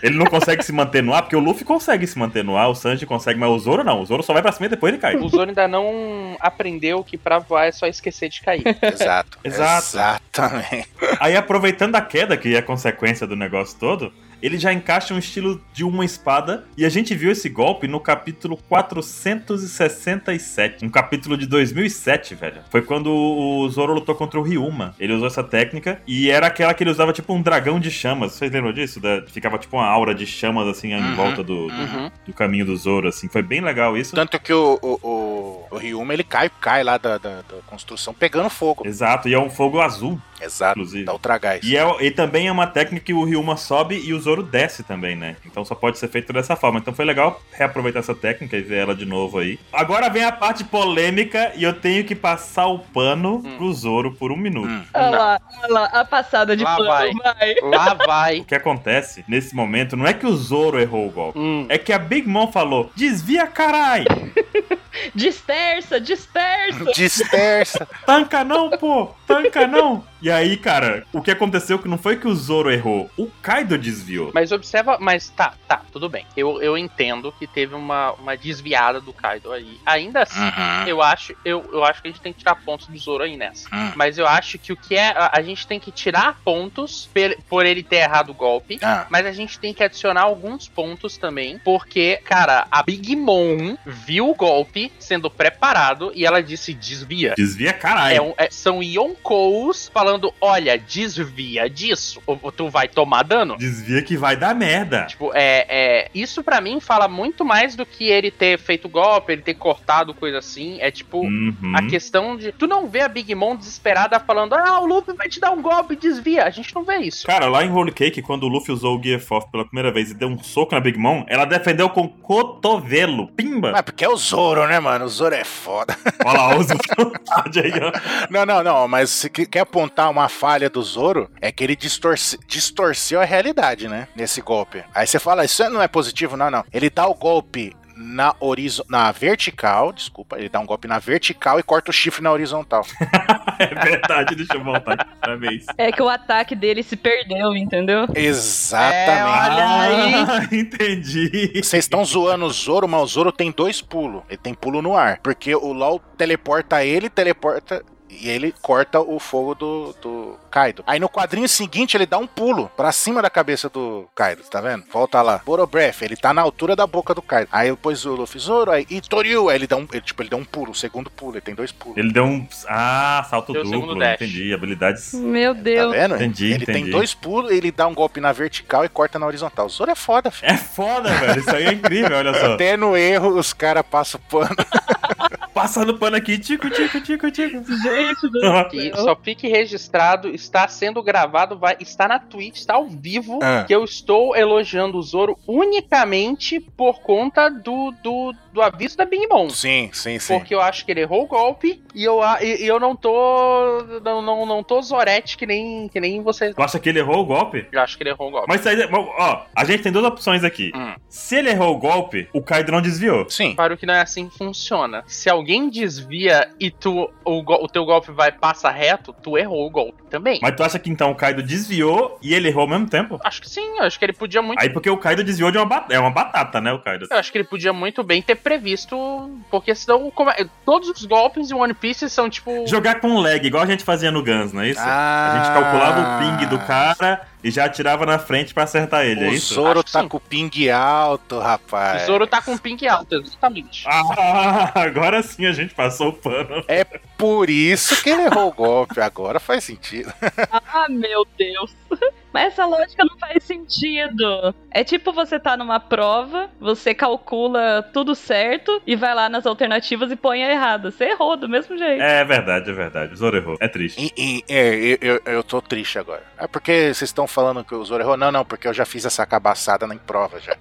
Ele não consegue se manter no ar, porque o Luffy consegue se manter no ar, o Sanji consegue, mas o Zoro não. O Zoro só vai pra cima e depois ele cai.
O Zoro ainda não aprendeu que pra voar é só esquecer de cair.
Exato.
<laughs> Exato.
Exatamente.
Aí, aproveitando a queda, que é a consequência do negócio todo, ele já encaixa um estilo de uma espada. E a gente viu esse golpe no capítulo 467. Um capítulo de 2007, velho. Foi quando o Zoro lutou contra o Ryuma. Ele usou essa técnica e era aquela que ele usava tipo um dragão de chamas. Vocês lembram disso? Da- Ficava tipo uma aura de chamas assim em
Uhum,
volta do, do-
Uhum.
do caminho do Zoro, assim. Foi bem legal isso.
Tanto que o, o, o, o Ryuma, ele cai, cai lá da, da, da construção pegando fogo.
Exato, e é um fogo azul,
Exato,
inclusive.
dá ultragás.
E, é- e também é uma técnica que o Ryuma sobe e o Zoro desce também, né? Então só pode ser feito dessa forma. Então foi legal reaproveitar essa técnica e ver ela de novo aí. Agora vem a parte polêmica e eu tenho que passar o pano
Hum.
pro Zoro por um minuto.
Hum.
Olha
Não.
Ah lá, olha lá, a passada de
Lá
pano,
vai.
vai.
Lá vai.
O que acontece nesse momento não é que o Zoro errou o golpe.
Hum.
É que a Big Mom falou, desvia carai,
Dispersa, dispersa.
<laughs>
Dispersa.
tanca não, pô, tanca não. E aí, cara, o que aconteceu é que não foi que o Zoro errou, o Kaido desviou.
Mas observa, mas tá, tá, tudo bem. Eu, eu entendo que teve uma, uma desviada do Kaido aí. Ainda assim,
Uhum,
eu acho, eu, eu acho que a gente tem que tirar pontos do Zoro aí nessa.
uhum.
Mas eu acho que o que é. A, a gente tem que tirar pontos pel- por ele ter errado o golpe.
Ah,
Mas a gente tem que adicionar alguns pontos também. Porque, cara, a Big Mom viu o golpe sendo preparado e ela disse desvia.
Desvia carai.
É um- é- são Yonkous falando: olha, desvia disso, ou ou tu vai tomar dano.
Desvia que vai dar merda.
Tipo, é, é, isso pra mim fala muito mais do que ele ter feito golpe, ele ter cortado coisa assim. É tipo
Uhum.
a questão de. Tu não vê a Big Mom desesperada falando, ah, o Luffy vai te dar um golpe e desvia. A gente não vê isso.
Cara, lá em Holy Cake, quando o Luffy usou o Gear Force pela primeira vez e deu um soco na Big Mom, ela defendeu com cotovelo. Pimba!
mas porque é o Zoro, né, mano? O Zoro é foda. <laughs>
Olha lá, usa vontade aí, ó.
Não, não, não, mas se que- quer apontar uma falha do Zoro, é que ele distorce, distorceu a realidade, né? Nesse golpe. Aí você fala, isso não é positivo, não, não. Ele dá o golpe na horizo na vertical, desculpa, ele dá um golpe na vertical e corta o chifre na horizontal.
<laughs> É verdade, deixa eu voltar. Parabéns.
É que o ataque dele se perdeu, entendeu?
É, Exatamente.
Olha aí.
Ah, entendi.
Vocês estão zoando o Zoro, mas o Zoro tem dois pulos. Ele tem pulo no ar. Porque o LOL teleporta ele, teleporta. E ele corta o fogo do, do Kaido. Aí no quadrinho seguinte ele dá um pulo pra cima da cabeça do Kaido, tá vendo? Volta lá. Borobreath, ele tá na altura da boca do Kaido. Aí depois o Luffy Zoro, aí e Toryu. Aí ele dá um, ele, tipo, ele dá um pulo, o segundo pulo, ele tem dois pulos.
Ele deu um. Ah, salto
Deu o
duplo.
segundo dash.
Entendi. Habilidades.
Meu
Tá
Deus.
vendo?
Entendi,
ele tem
entendi.
dois pulos, ele dá um golpe na vertical e corta na horizontal. O Zoro é foda, filho.
É foda, velho. Isso aí é incrível, olha só.
Até no erro os caras passam pano.
Passando pano aqui, tico, tico, tico,
Tá
tico.
Gente do
Que
céu.
só fique registrado, está sendo gravado, vai, está na Twitch, está ao vivo.
Ah.
Que eu estou elogiando o Zoro unicamente por conta do, do, do aviso da Big Mom.
Sim, sim, sim.
Porque eu acho que ele errou o golpe e eu, a- e- e eu não tô. Não, não, não tô Zorete que nem, que nem vocês.
Tu acha que ele errou o golpe?
Eu acho que ele errou o golpe.
Mas isso aí. Ó, a gente tem duas opções aqui.
Hum.
Se ele errou o golpe, o Kaido não desviou.
Sim.
Claro que não é assim que funciona. Se alguém desvia e tu o, go- o teu golpe vai passa reto, tu errou o golpe também.
Mas tu acha que então o Kaido desviou e ele errou ao mesmo tempo?
Acho que sim, acho que ele podia muito.
Aí porque o Kaido desviou de uma batata. É uma batata, né, o Kaido?
Eu acho que ele podia muito bem ter previsto, porque senão como é- todos os golpes em One Piece são tipo
Jogar com lag, igual a gente fazia no Guns, não é isso? A gente
Ah.
calculava o ping do cara e já atirava na frente pra acertar ele, é
O
isso?
Zoro
Acho que
tá
sim.
com o ping alto, rapaz.
o Zoro tá com ping alto, exatamente.
Ah, <laughs> agora sim a gente passou o pano.
Por isso que ele errou o golpe. Agora faz sentido.
Ah, meu Deus. <laughs> Mas essa lógica não faz sentido. É tipo você tá numa prova, você calcula tudo certo e vai lá nas alternativas e põe a errada. Você errou do mesmo jeito.
É verdade, é verdade. O Zoro errou. É triste.
E- e- é, eu, eu, eu tô triste agora. É porque vocês estão falando que o Zoro errou? Não, não, porque eu já fiz essa cabaçada na prova já.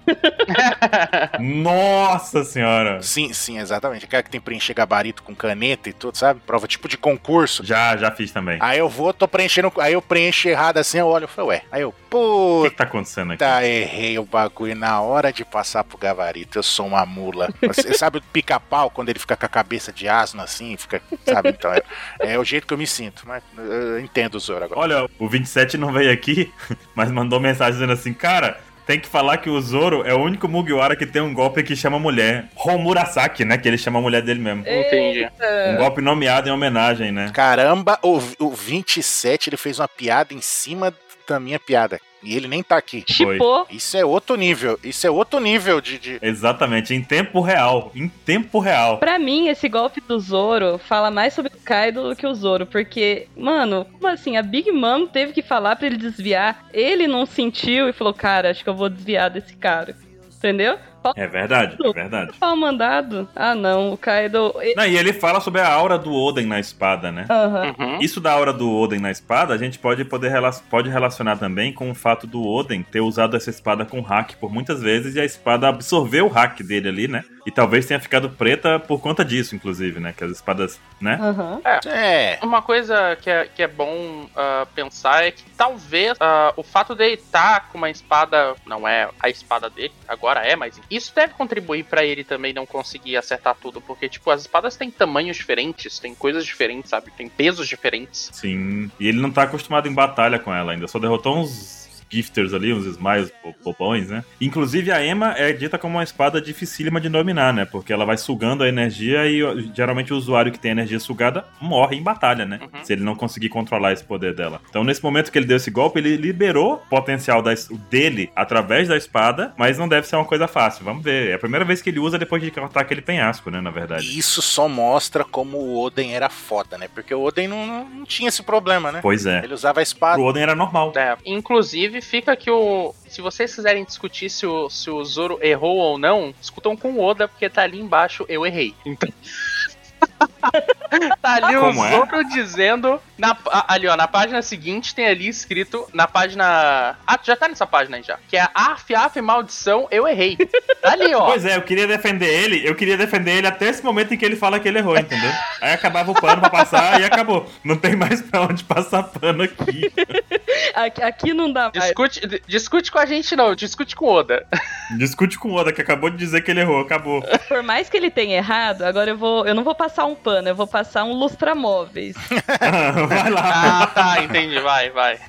Nossa senhora!
Sim, sim, exatamente. Aquela que tem que preencher gabarito com caneta e tudo, sabe? Prova tipo de concurso.
Já, já fiz também.
Aí eu vou, tô preenchendo. Aí eu preencho errado assim, eu olho e falo, ué. Aí eu,
O que,
puta,
que tá acontecendo aqui?
errei o bagulho na hora de passar pro gabarito. Eu sou uma mula. Você sabe o pica-pau quando ele fica com a cabeça de asno assim? Fica, sabe? Então, é, é o jeito que eu me sinto. Mas eu- eu entendo o Zoro agora.
Olha, o 27 não veio aqui, <laughs> mas mandou mensagem dizendo assim, cara. Tem que falar que o Zoro é o único Mugiwara que tem um golpe que chama mulher. Homurasaki, né? Que ele chama a mulher dele mesmo.
Entendi.
Um
Eita.
golpe nomeado em homenagem, né?
Caramba, o, o 27 ele fez uma piada em cima da minha piada. E ele nem tá aqui.
Chipou.
Isso é outro nível. Isso é outro nível de. de-
Exatamente, em tempo real. Em tempo real.
Pra mim, esse golpe do Zoro fala mais sobre o Kaido do que o Zoro, porque, mano, como assim? A Big Mom teve que falar pra ele desviar, ele não sentiu e falou, cara, acho que eu vou desviar desse cara. Entendeu?
É verdade, é verdade.
Pau mandado. Ah, não, o Kaido. e-
Não, e ele fala sobre a aura do Oden na espada, né?
Aham.
Uhum.
Isso da aura do Oden na espada, a gente pode, poder rela- pode relacionar também com o fato do Oden ter usado essa espada com hack por muitas vezes e a espada absorveu o hack dele ali, né? E talvez tenha ficado preta por conta disso, inclusive, né? Que as espadas, né?
Aham.
É.
Uma coisa que é, que é bom ah, pensar é que talvez ah, o fato dele estar com uma espada, não é a espada dele, agora é, mas isso deve contribuir pra ele também não conseguir acertar tudo, porque, tipo, as espadas têm tamanhos diferentes, têm coisas diferentes, sabe? Tem pesos diferentes.
Sim. E ele não tá acostumado em batalha com ela ainda, só derrotou uns. Gifters ali, uns smiles bo- bobões, né? Inclusive a Ema é dita como uma espada dificílima de dominar, né? Porque ela vai sugando a energia e ó, geralmente o usuário que tem energia sugada morre em batalha, né?
Uhum.
Se ele não conseguir controlar esse poder dela. Então, nesse momento que ele deu esse golpe, ele liberou o potencial da es- dele através da espada, mas não deve ser uma coisa fácil. Vamos ver. É a primeira vez que ele usa depois de cortar aquele penhasco, né? Na verdade.
E Isso só mostra como o Oden era foda, né? Porque o Oden não, não- não tinha esse problema, né?
Pois é.
Ele usava a espada.
Pro Oden era normal.
É, inclusive, fica que o. Se vocês quiserem discutir se o, se o Zoro errou ou não, discutam com o Oda, porque tá ali embaixo, eu errei. Então. <laughs> tá ali
Como
o
é?
Zoro dizendo. Na, a- ali, ó, na página seguinte tem ali escrito. Na página. Ah, tu já tá nessa página aí já. Que é Arf, Arf, maldição, eu errei. Tá ali, ó.
Pois é, eu queria defender ele, eu queria defender ele até esse momento em que ele fala que ele errou, entendeu? Aí acabava o pano pra passar e acabou. Não tem mais pra onde passar pano aqui.
Aqui, aqui não dá mais.
Discute, d- discute com a gente, não, discute com o Oda.
Discute com o Oda, que acabou de dizer que ele errou, acabou. <laughs>
Por mais que ele tenha errado, agora eu vou. Eu não vou passar um pano, eu vou passar um lustramóveis.
Vai lá.
Ah, tá, <laughs> entendi, vai, vai.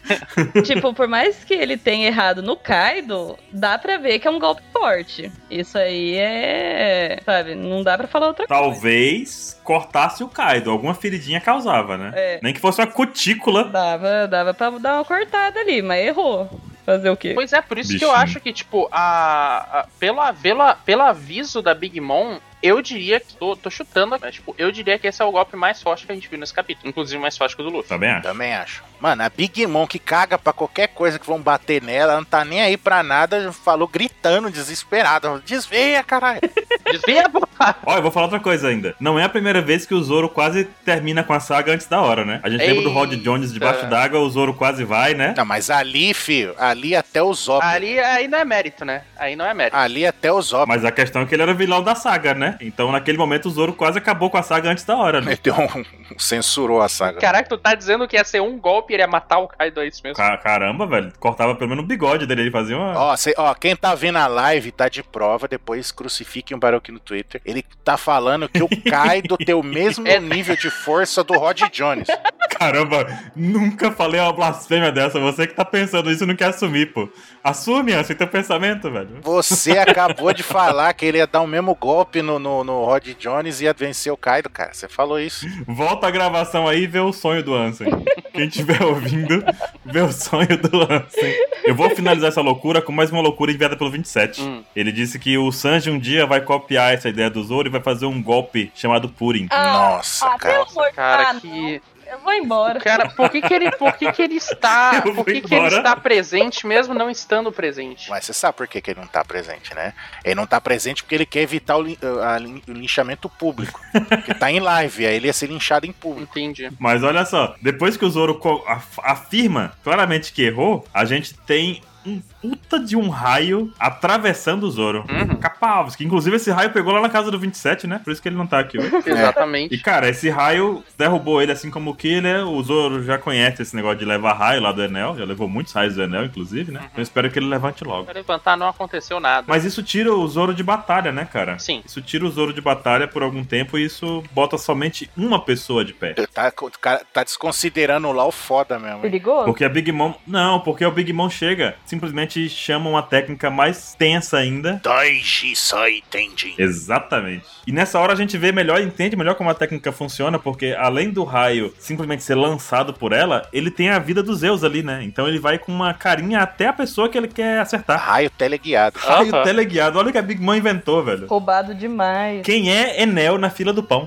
tipo, por mais que ele tenha errado no Kaido, dá pra ver que é um golpe forte. Isso aí é. Sabe, não dá pra falar outra
Tá.
coisa.
Talvez cortasse o Kaido, alguma feridinha causava, né?
É.
Nem que fosse uma cutícula.
Dava, dava pra dar uma cortada ali, mas errou. Fazer o quê?
Pois é, por isso que eu
Bichinho.
acho que, tipo, a, a- pelo, a- pela- pelo aviso da Big Mom, eu diria que. Tô, tô chutando, mas, tipo, eu diria que esse é o golpe mais forte que a gente viu nesse capítulo. Inclusive, mais forte que o do Luffy.
Tá bem? acho.
Também acho. Mano, a Big Mom que caga pra qualquer coisa que vão bater nela, não tá nem aí pra nada, falou gritando, desesperado. Desveia, caralho. <laughs>
Desvia, porra!
Ó, eu vou falar outra coisa ainda. Não é a primeira vez que o Zoro quase termina com a saga antes da hora, né? A gente lembra do Rod
Eita.
Jones debaixo d'água, o Zoro quase vai, né?
Não, mas ali, filho, ali até os óbvios.
Ali,
Ali...
aí não é mérito, né? Aí não é mérito.
até os óbvios.
Mas a questão é que ele era o vilão da saga, né? Então naquele momento o Zoro quase acabou com a saga antes da hora, né?
Meteu um. Censurou a
Ah.
saga.
Caraca, tu tá dizendo que ia ser um golpe e ele ia matar o Kaido, é isso mesmo?
Ca- Caramba, velho. Cortava pelo menos o bigode dele, ele fazia uma.
Ó, cê- ó, quem tá vendo a live tá de prova, depois crucifiquem o Baroque no Twitter. Ele tá falando que o Kaido tem o mesmo
É.
nível de força do Rod Jones.
<laughs> Caramba, nunca falei uma blasfêmia dessa. Você que tá pensando isso não quer assumir, pô. Assume, assim, teu pensamento, velho.
Você acabou de falar que ele ia dar o mesmo golpe no, no, no Rod Jones e ia vencer o Kaido, cara. Você falou isso.
Volta a gravação aí e vê o sonho do Ansem. Quem estiver <laughs> ouvindo, vê o sonho do Ansem. Eu vou finalizar essa loucura com mais uma loucura enviada pelo 27.
Hum.
Ele disse que o Sanji um dia vai copiar essa ideia do Zoro e vai fazer um golpe chamado Purim.
Ah,
Ah, Nossa, cara.
amor de
Cara,
Deus,
que.
eu vou embora.
Cara, por que, é? que ele. Por que, que ele está.
<laughs> Eu vou
Por que, que ele
embora.
está presente mesmo não estando presente?
Mas você sabe por que, que ele não tá presente, né? Ele não tá presente porque ele quer evitar o, lin- ah, a lin- o linchamento público. Porque tá em live, aí ele ia ser linchado em público.
Entendi.
Mas olha só, depois que o Zoro co- af- afirma claramente que errou, a gente tem um puta de um raio atravessando o Zoro.
Uhum.
Capavos, que inclusive esse raio pegou lá na casa do 27, né? Por isso que ele não tá aqui
<laughs>
hoje.
Exatamente.
E cara, esse raio derrubou ele assim como o Killer. O Zoro já conhece esse negócio de levar raio lá do Enel. Já levou muitos raios do Enel, inclusive,
Uhum.
né? Então espero que ele levante logo.
Pra levantar, não aconteceu nada.
Mas isso tira o Zoro de batalha, né, cara?
Sim.
Isso tira o Zoro de batalha por algum tempo e isso bota somente uma pessoa de pé.
Tá, o cara tá desconsiderando lá o foda mesmo. hein?
Perigoso?
Porque a Big Mom. Não, porque o Big Mom chega. simplesmente chamam uma técnica mais tensa ainda.
Daishi Sai Tenjin.
Exatamente. E nessa hora a gente vê melhor, entende melhor como a técnica funciona, porque além do raio simplesmente ser lançado por ela, ele tem a vida dos Zeus ali, né? Então ele vai com uma carinha até a pessoa que ele quer acertar.
Raio teleguiado.
Raio
Aham.
teleguiado. Olha o que a Big Mom inventou, velho.
Roubado demais.
Quem é Enel na fila do pão?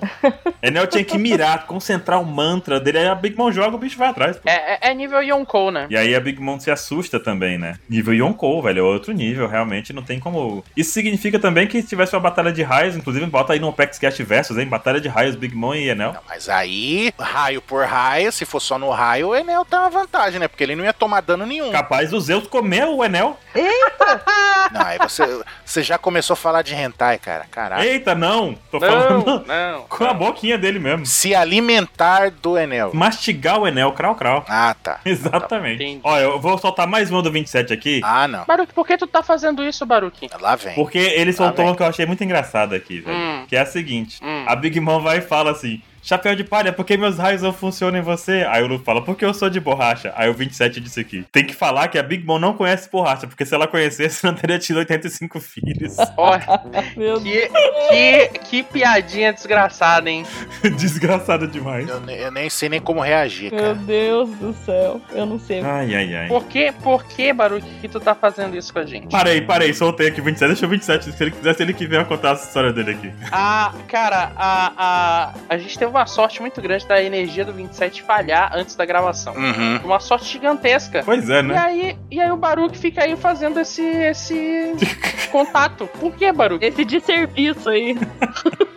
Enel tinha que mirar, concentrar o mantra dele, aí a Big Mom joga, o bicho vai atrás. pô.
É, é- é nível Yonkou, né?
E aí a Big Mom se assusta também, né? Nível Yonkou, velho, é outro nível, realmente não tem como. Isso significa também que se tivesse uma batalha de raios, inclusive bota aí no Apex Cash Versus, hein? Batalha de raios Big Mom e Enel.
Não, mas aí, raio por raio, se for só no raio, o Enel tá uma vantagem, né? Porque ele não ia tomar dano nenhum.
Capaz do Zeus comer o Enel.
Não, aí você, você já começou a falar de hentai, cara. Caraca.
Eita, não! Tô
Tá. Não,
falando <laughs>
não.
com a boquinha dele mesmo.
Se alimentar do Enel.
Mastigar o Enel, crau crau. <laughs>
Ah, tá.
Exatamente.
Entendi.
Ó, eu vou soltar mais uma do 27 aqui.
Ah, não.
Baruque, por que tu tá fazendo isso, Baruque?
Lá vem.
Porque ele soltou
Ah,
uma que eu achei muito engraçada aqui, velho.
tá Hum.
Que é a seguinte:
Hum.
a Big Mom vai e fala assim: Chapéu de palha, por que meus raios não funcionam em você? Aí o Luffy fala, porque eu sou de borracha. Aí o 27 disse aqui: tem que falar que a Big Mom não conhece borracha, porque se ela conhecesse, não teria tido 85 filhos. <laughs>
Olha,
Meu
que, que, que piadinha desgraçada, hein?
Desgraçado demais.
Eu, ne- eu nem sei nem como reagir,
Meu
cara.
Deus do céu, eu não sei.
Ai, ai, ai.
Por que, por que, Baruque, que tu tá fazendo isso com a gente?
Parei, parei, soltei aqui o 27. Deixa o 27. Se ele quisesse, ele que venha contar essa história dele aqui.
Ah, cara, a, a, a gente teve uma sorte muito grande da energia do 27 falhar antes da gravação.
Uhum.
Uma sorte gigantesca.
Pois é,
E <laughs>
né?
aí, e aí o Baruque fica aí fazendo
<laughs>
esse, esse contato. Por que, Baruque?
Esse de serviço aí.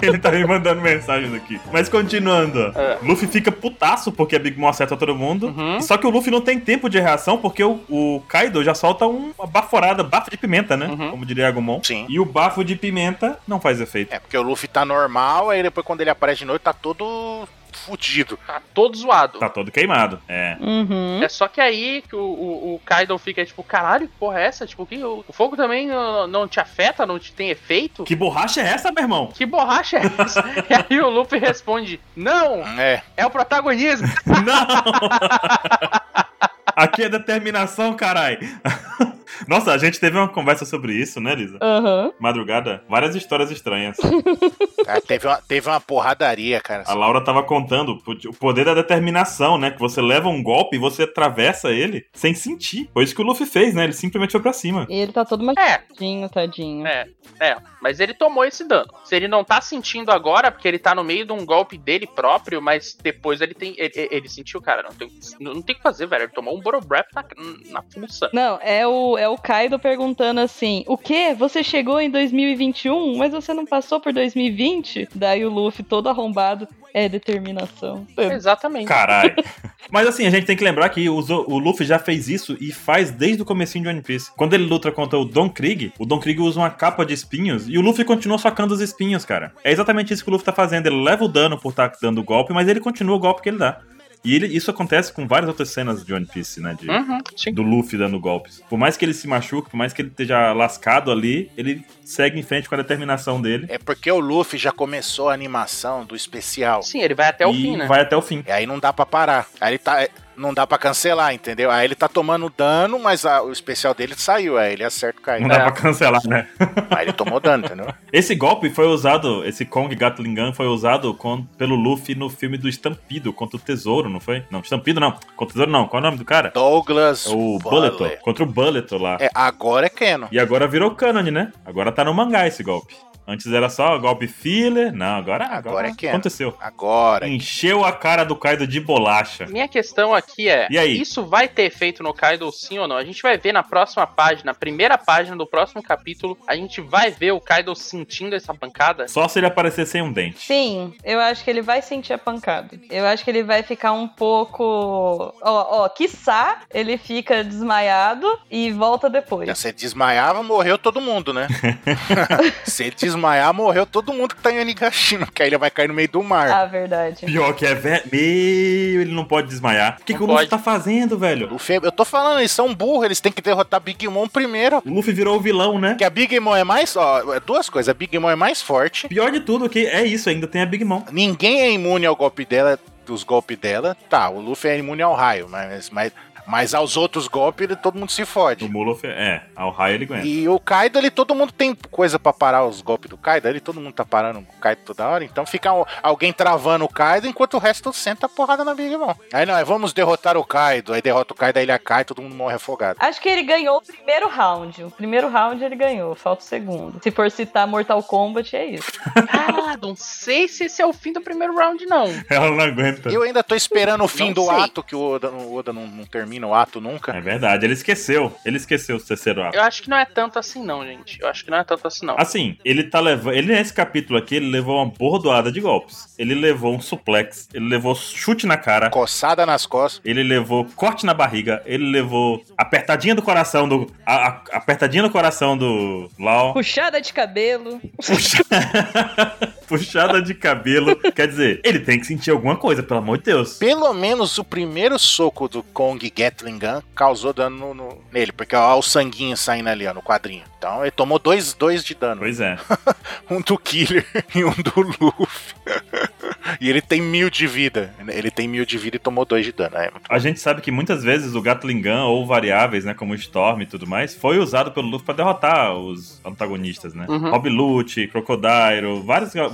Ele tá me mandando mensagens aqui. Mas continuando, ó.
É.
Luffy fica putaço porque a Big Mom acerta todo mundo.
Uhum.
Só que o Luffy não tem tempo de reação porque o, o Kaido já solta um- uma baforada, bafo de pimenta, né?
Uhum.
Como diria Agumon.
Sim.
E o bafo de pimenta não faz efeito.
É, porque o Luffy tá normal, aí depois quando ele aparece de noite tá todo fudido.
Tá todo zoado.
Tá todo queimado. É.
Uhum.
É só que aí que o, o, o Kaido fica tipo, caralho, que porra é essa? Tipo, que o, o fogo também não, não te afeta, não te tem efeito? Que,
Que borracha é essa, meu irmão?
borracha é essa? <laughs> e aí o Luffy responde, não,
É.
é o protagonismo. <laughs>
Não! <laughs> Aqui é determinação, carai. <laughs> Nossa, a gente teve uma conversa sobre isso, né, Lisa?
Aham.
Madrugada, várias histórias estranhas.
Ah, teve, uma, teve uma porradaria, cara.
A Laura tava contando o poder da determinação, né? Que você leva um golpe e você atravessa ele sem sentir. Foi isso que o Luffy fez, né? Ele simplesmente foi pra cima.
E ele tá todo
É,
machucadinho, tadinho.
é, é, mas ele tomou esse dano. Se ele não tá sentindo agora, porque ele tá no meio de um golpe dele próprio, mas depois ele tem, ele, ele sentiu, cara, não tem, não tem o que fazer, velho, ele tomou um Borobrap na, na pulsa.
Não, é o, é o Kaido perguntando assim: o quê? Você chegou em 2021, mas você não passou por 2020? Daí o Luffy todo arrombado é determinação.
É.
Exatamente. <laughs>
Caralho. Mas assim, a gente tem que lembrar que o, Zo- o Luffy já fez isso e faz desde o comecinho de One Piece. Quando ele luta contra o Don Krieg, o Don Krieg usa uma capa de espinhos e o Luffy continua socando os espinhos, cara. É exatamente isso que o Luffy tá fazendo. Ele leva o dano por estar dando o golpe, mas ele continua o golpe que ele dá. E ele- isso acontece com várias outras cenas de One Piece, né? De,
Uhum, sim.
do Luffy dando golpes. Por mais que ele se machuque, por mais que ele esteja lascado ali, ele segue em frente com a determinação dele
É porque o Luffy já começou a animação do especial.
Sim, ele vai até o
e
fim, né?
vai até o fim.
E aí não dá pra parar. Aí ele tá. Não dá pra cancelar, entendeu? Aí ele tá tomando dano, mas a- o especial dele saiu. Aí ele acerta o
Não
Kaido.
dá pra
é.
cancelar, né?
Aí ele tomou dano, entendeu?
Esse golpe foi usado, esse Kong Gatling Gun foi usado com- pelo Luffy no filme do Estampido contra o Tesouro, não foi? Não, Estampido não, contra o Tesouro não, qual é o nome do cara?
Douglas.
É o
Bullet.
Bulletor, contra o Bulletor lá.
É, agora é Keno.
E agora virou canon, né? Agora tá no mangá esse golpe. Antes era só golpe filler, não, agora, agora,
Agora é que é.
aconteceu. Hum.
Agora.
Encheu a cara do Kaido de bolacha.
Minha questão aqui é:
E aí?
isso vai ter efeito no Kaido sim ou não? A gente vai ver na próxima página, primeira página do próximo capítulo, a gente vai ver o Kaido sentindo essa
<laughs>
pancada?
Só se ele aparecer sem um dente.
Sim, eu acho que ele vai sentir a pancada. Eu acho que ele vai ficar um pouco. Ó, ó, quiçá ele fica desmaiado e volta depois.
Se ele desmaiava, morreu todo mundo, né? Se ele desmaiar, morreu todo mundo que tá em Onigashima, que aí ele vai cair no meio do mar.
Ah, verdade.
Pior que é, velho. Meu, ele não pode desmaiar. O que,
Não
que o Luffy
pode.
tá fazendo, velho?
Luffy, eu tô falando, eles são burros, eles têm que derrotar Big Mom primeiro.
O Luffy virou o vilão, né?
Porque a Big Mom é mais. Ó, é duas coisas. A Big Mom é mais forte.
Pior de tudo que é isso, ainda tem a Big Mom.
Ninguém é imune ao golpe dela, dos golpes dela. Tá, o Luffy é imune ao raio, mas, mas Mas aos outros golpes, ele, todo mundo se
O
fode.
Molof, é, ao raio ele aguenta. <laughs>
E o Kaido, ele todo mundo tem coisa pra parar os golpes do Kaido, ele todo mundo tá parando o Kaido toda hora, então fica o- alguém travando o Kaido enquanto o resto senta a porrada na Big Mom. Aí não, é vamos derrotar o Kaido, aí derrota o Kaido, aí ele cai, todo mundo morre afogado.
Acho que ele ganhou o primeiro round. O primeiro round ele ganhou, falta o segundo. Se for citar Mortal Kombat, é isso.
Ah, não sei se esse é o fim do primeiro round, não.
Ela não aguenta.
E eu ainda tô esperando o fim
Não
do
sei.
ato, que o Oda, o Oda não, não termina o ato nunca.
É verdade, ele esqueceu. Ele esqueceu o terceiro ato.
Eu acho que não é tanto assim, não, gente. Eu acho que não é tanto assim, não.
Assim, ele tá levando. Ele nesse capítulo aqui, ele levou uma bordoada de golpes. Ele levou um suplex, ele levou chute na cara,
Coçada nas costas.
ele levou corte na barriga, ele levou apertadinha do coração do. a- a- apertadinha no coração do Lau.
Puxada de cabelo.
Puxa- <laughs> Puxada de cabelo. Quer dizer, ele tem que sentir alguma coisa, pelo amor de Deus.
Pelo menos o primeiro soco do Kong Gatling Gun causou dano no- no- nele, porque ó, o sanguinho saindo ali, ó, no quadrinho. Então ele tomou dois, dois de dano.
Pois é.
Um do Killer <laughs> e um do Luffy. e ele tem mil de vida. Ele tem mil de vida e tomou dois de dano. É muito-
A gente sabe que muitas vezes o Gatling Gun ou variáveis, né, como Storm e tudo mais, foi usado pelo Luffy pra derrotar os antagonistas, né?
Uhum.
Rob Lute, Crocodile, vários,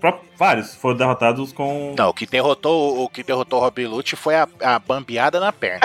pró- vários foram derrotados com
Não, o que derrotou o que derrotou o Rob Lute foi a, a bambeada na perna.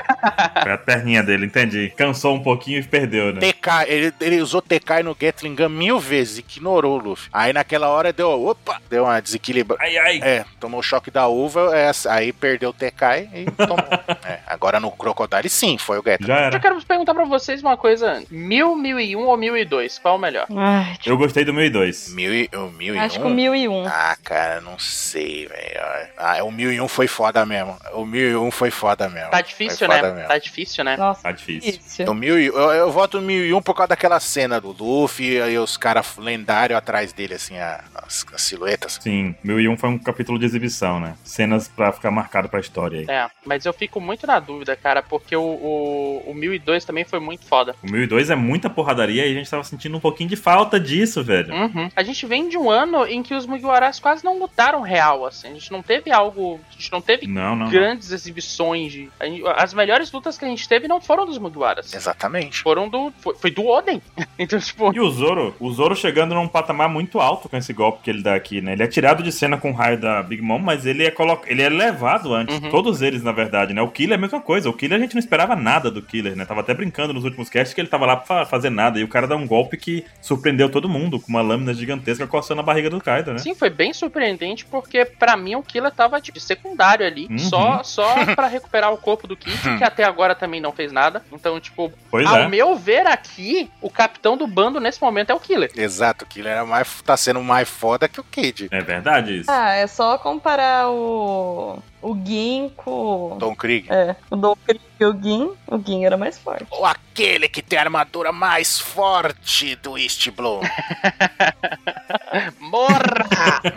foi a perninha dele, entendi. Cansou um pouquinho e perdeu, né?
TK, ele, ele usou TK no Gatling Gun mil vezes, ignorou o Luffy. Aí naquela hora deu, opa, deu uma desequilibra,
Ai, ai.
É, tomou o choque da uva, é, aí perdeu o TK e tomou. É, agora no Crocodile, sim, foi o Gator.
Já
Eu já
era.
quero perguntar pra vocês uma coisa antes. Mil, mil e um ou mil e dois? Qual o melhor?
Ai,
Eu gostei do 1002.
Mil e, o mil e
acho
um?
Então,
que o 1001.
Ah, cara, não sei, velho. Ah, o mil e um foi foda mesmo. O mil e um foi foda mesmo.
Tá difícil,
Foi
né?
foda mesmo.
Tá difícil, né?
Nossa,
Tá difícil.
difícil.
O mil e, eu, eu voto no mil e um por causa daquela cena do Luffy aí os caras lendários atrás dele, assim, a- as, as silhuetas.
Sim, 1001 foi um capítulo de exibição, né? Cenas pra ficar marcado pra história aí.
É, mas eu fico muito na dúvida, cara, porque o, o, o 1002 também foi muito foda.
O 1002 é muita porradaria e a gente tava sentindo um pouquinho de falta disso, velho.
Uhum. A gente vem de um ano em que os Mugiwaras quase não lutaram real, assim. A gente não teve algo. A gente não teve
Não, não. não.
grandes exibições. de- a gente- as melhores lutas que a gente teve não foram dos Mugiwaras.
Exatamente.
Foram do. Foi, foi do Oden. <laughs> então, tipo.
E o Zoro, o Zoro chegando num patamar muito alto com esse golpe que ele dá aqui, né? Ele é tirado de cena com o raio da Big Mom, mas ele é colo... ele é levado antes.
Uhum.
Todos eles, na verdade, né? O Killer é a mesma coisa. O Killer a gente não esperava nada do Killer, né? Tava até brincando nos últimos casts que ele tava lá pra fa- fazer nada. E o cara dá um golpe que surpreendeu todo mundo, com uma lâmina gigantesca coçando a barriga do Kaido, né?
Sim, foi bem surpreendente porque pra mim o Killer tava tipo, de secundário ali,
Uhum. <laughs>
só só para recuperar o corpo do Kid, que até agora também não fez nada. Então, tipo,
Pois
ao
é.
meu ver aqui, o capitão do bando nesse momento é o Killer.
Exato, o Killer é mais, tá sendo mais foda que o Kid.
É verdade isso.
Ah, é só comparar o. O Gin com.
Tom Krieg.
É, o Dolphin e o Gin. O Gin era mais forte.
Ou aquele que tem a armadura mais forte do East Blue.
<laughs>
Morra!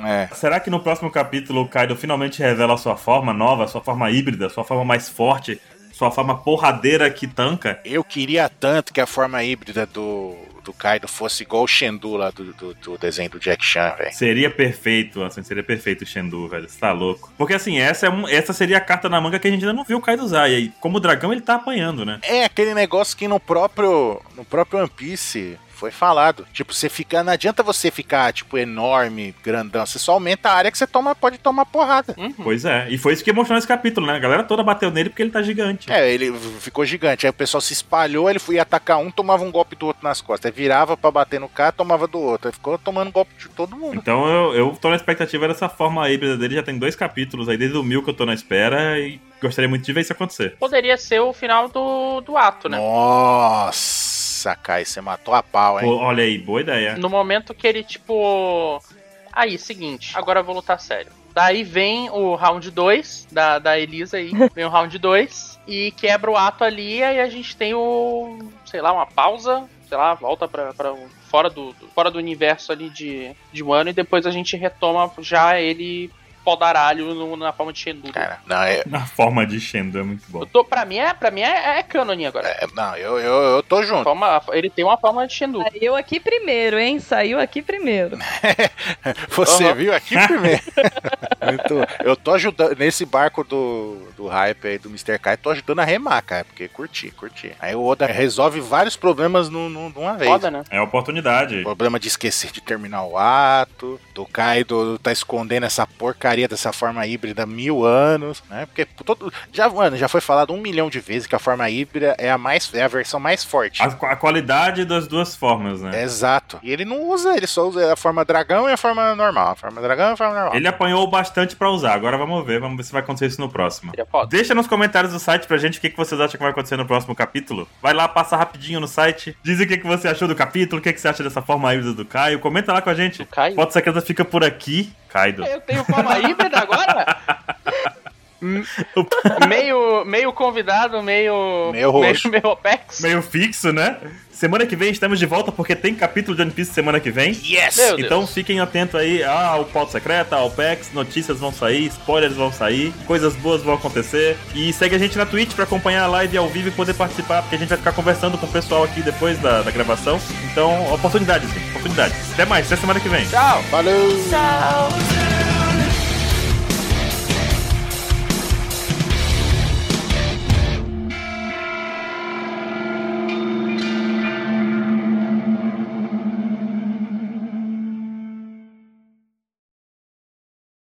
é.
Será que no próximo capítulo o Kaido finalmente revela a sua forma nova, sua forma híbrida, sua forma mais forte, sua forma porradeira que tanca?
Eu queria tanto que a forma híbrida do, do Kaido fosse igual o Shendu lá do, do, do desenho do Jack Chan, velho.
Seria perfeito, assim, seria perfeito o Shendu, velho. Você tá louco. Porque assim, essa, é um- essa seria a carta na manga que a gente ainda não viu o Kaido usar. E aí, como dragão, ele tá apanhando, né?
É aquele negócio que no próprio, no próprio One Piece foi falado. Tipo, você fica. Não adianta você ficar, tipo, enorme, grandão. Você só aumenta a área que você toma, pode tomar porrada.
Uhum.
Pois é. E foi isso que mostrou nesse capítulo, né? A galera toda bateu nele porque ele tá gigante.
É, ele v- ficou gigante. Aí o pessoal se espalhou, ele foi atacar um, tomava um golpe do outro nas costas. Aí virava pra bater no cara, tomava do outro. Aí ficou tomando golpe de todo mundo.
Então eu, eu tô na expectativa dessa forma híbrida dele. Já tem dois capítulos aí, desde o mil que eu tô na espera. E gostaria muito de ver isso acontecer.
Poderia ser o final do, do ato, né?
Nossa, Kai, você matou a pau, hein?
Pô, olha aí, boa ideia.
No momento que ele, tipo. Aí, seguinte, agora eu vou lutar sério. Daí vem o round 2 da, da Elisa aí, vem o round 2 e quebra o ato ali, aí a gente tem o. sei lá, uma pausa, sei lá, volta pra. pra um- fora do, do- fora do universo ali de, de um ano e depois a gente retoma já ele podaralho no- na forma de Shenmue.
Cara, não, é,
Na forma de Shendu é muito bom.
Eu tô, pra mim, é, pra mim é, é cânone agora.
é, não eu, eu, eu tô junto.
Forma- ele tem uma forma de Shenmue.
Saiu aqui primeiro, hein? Saiu aqui primeiro.
<laughs> Você
Aham.
viu aqui primeiro. <laughs> Muito- eu tô ajudando, nesse barco do, do hype aí, do Mr. Kai, tô ajudando a remar, cara, porque curti, curti. Aí o Oda resolve vários problemas num- num- de uma vez.
Foda, né?
É a oportunidade.
Problema de esquecer de terminar o ato, do Kaido tá escondendo essa porcaria dessa forma híbrida há mil anos, né? Porque todo, já, mano, já foi falado um milhão de vezes que a forma híbrida é a, mais, é a versão mais forte.
A, a qualidade das duas formas, né?
Exato. E ele não usa, ele só usa a forma dragão e a forma normal. A forma dragão e a forma normal.
Ele apanhou bastante pra usar. Agora vamos ver, vamos ver se vai acontecer isso no próximo.
Seria é foda.
Deixa nos comentários do site pra gente o que, que vocês acham que vai acontecer no próximo capítulo. Vai lá, passa rapidinho no site, diz o que, que você achou do capítulo, o que, que você acha dessa forma híbrida do Caio, comenta lá com a gente.
Do Caio?
Foto secreta fica por aqui, Kaido.
Eu tenho forma híbrida agora? M- meio, meio convidado, meio.
Meio roxo.
Meio, meio Opex.
Meio fixo, né? Semana que vem estamos de volta porque tem capítulo de One Piece semana que vem.
Yes!
Meu Deus.
Então fiquem atentos aí ao pauta secreta, ao PEX, notícias vão sair, spoilers vão sair, coisas boas vão acontecer. E segue a gente na Twitch pra acompanhar a live ao vivo e poder participar, porque a gente vai ficar conversando com o pessoal aqui depois da, da gravação. Então, oportunidades, gente, oportunidades. Até mais, até semana que vem.
Tchau.
Valeu!
Tchau.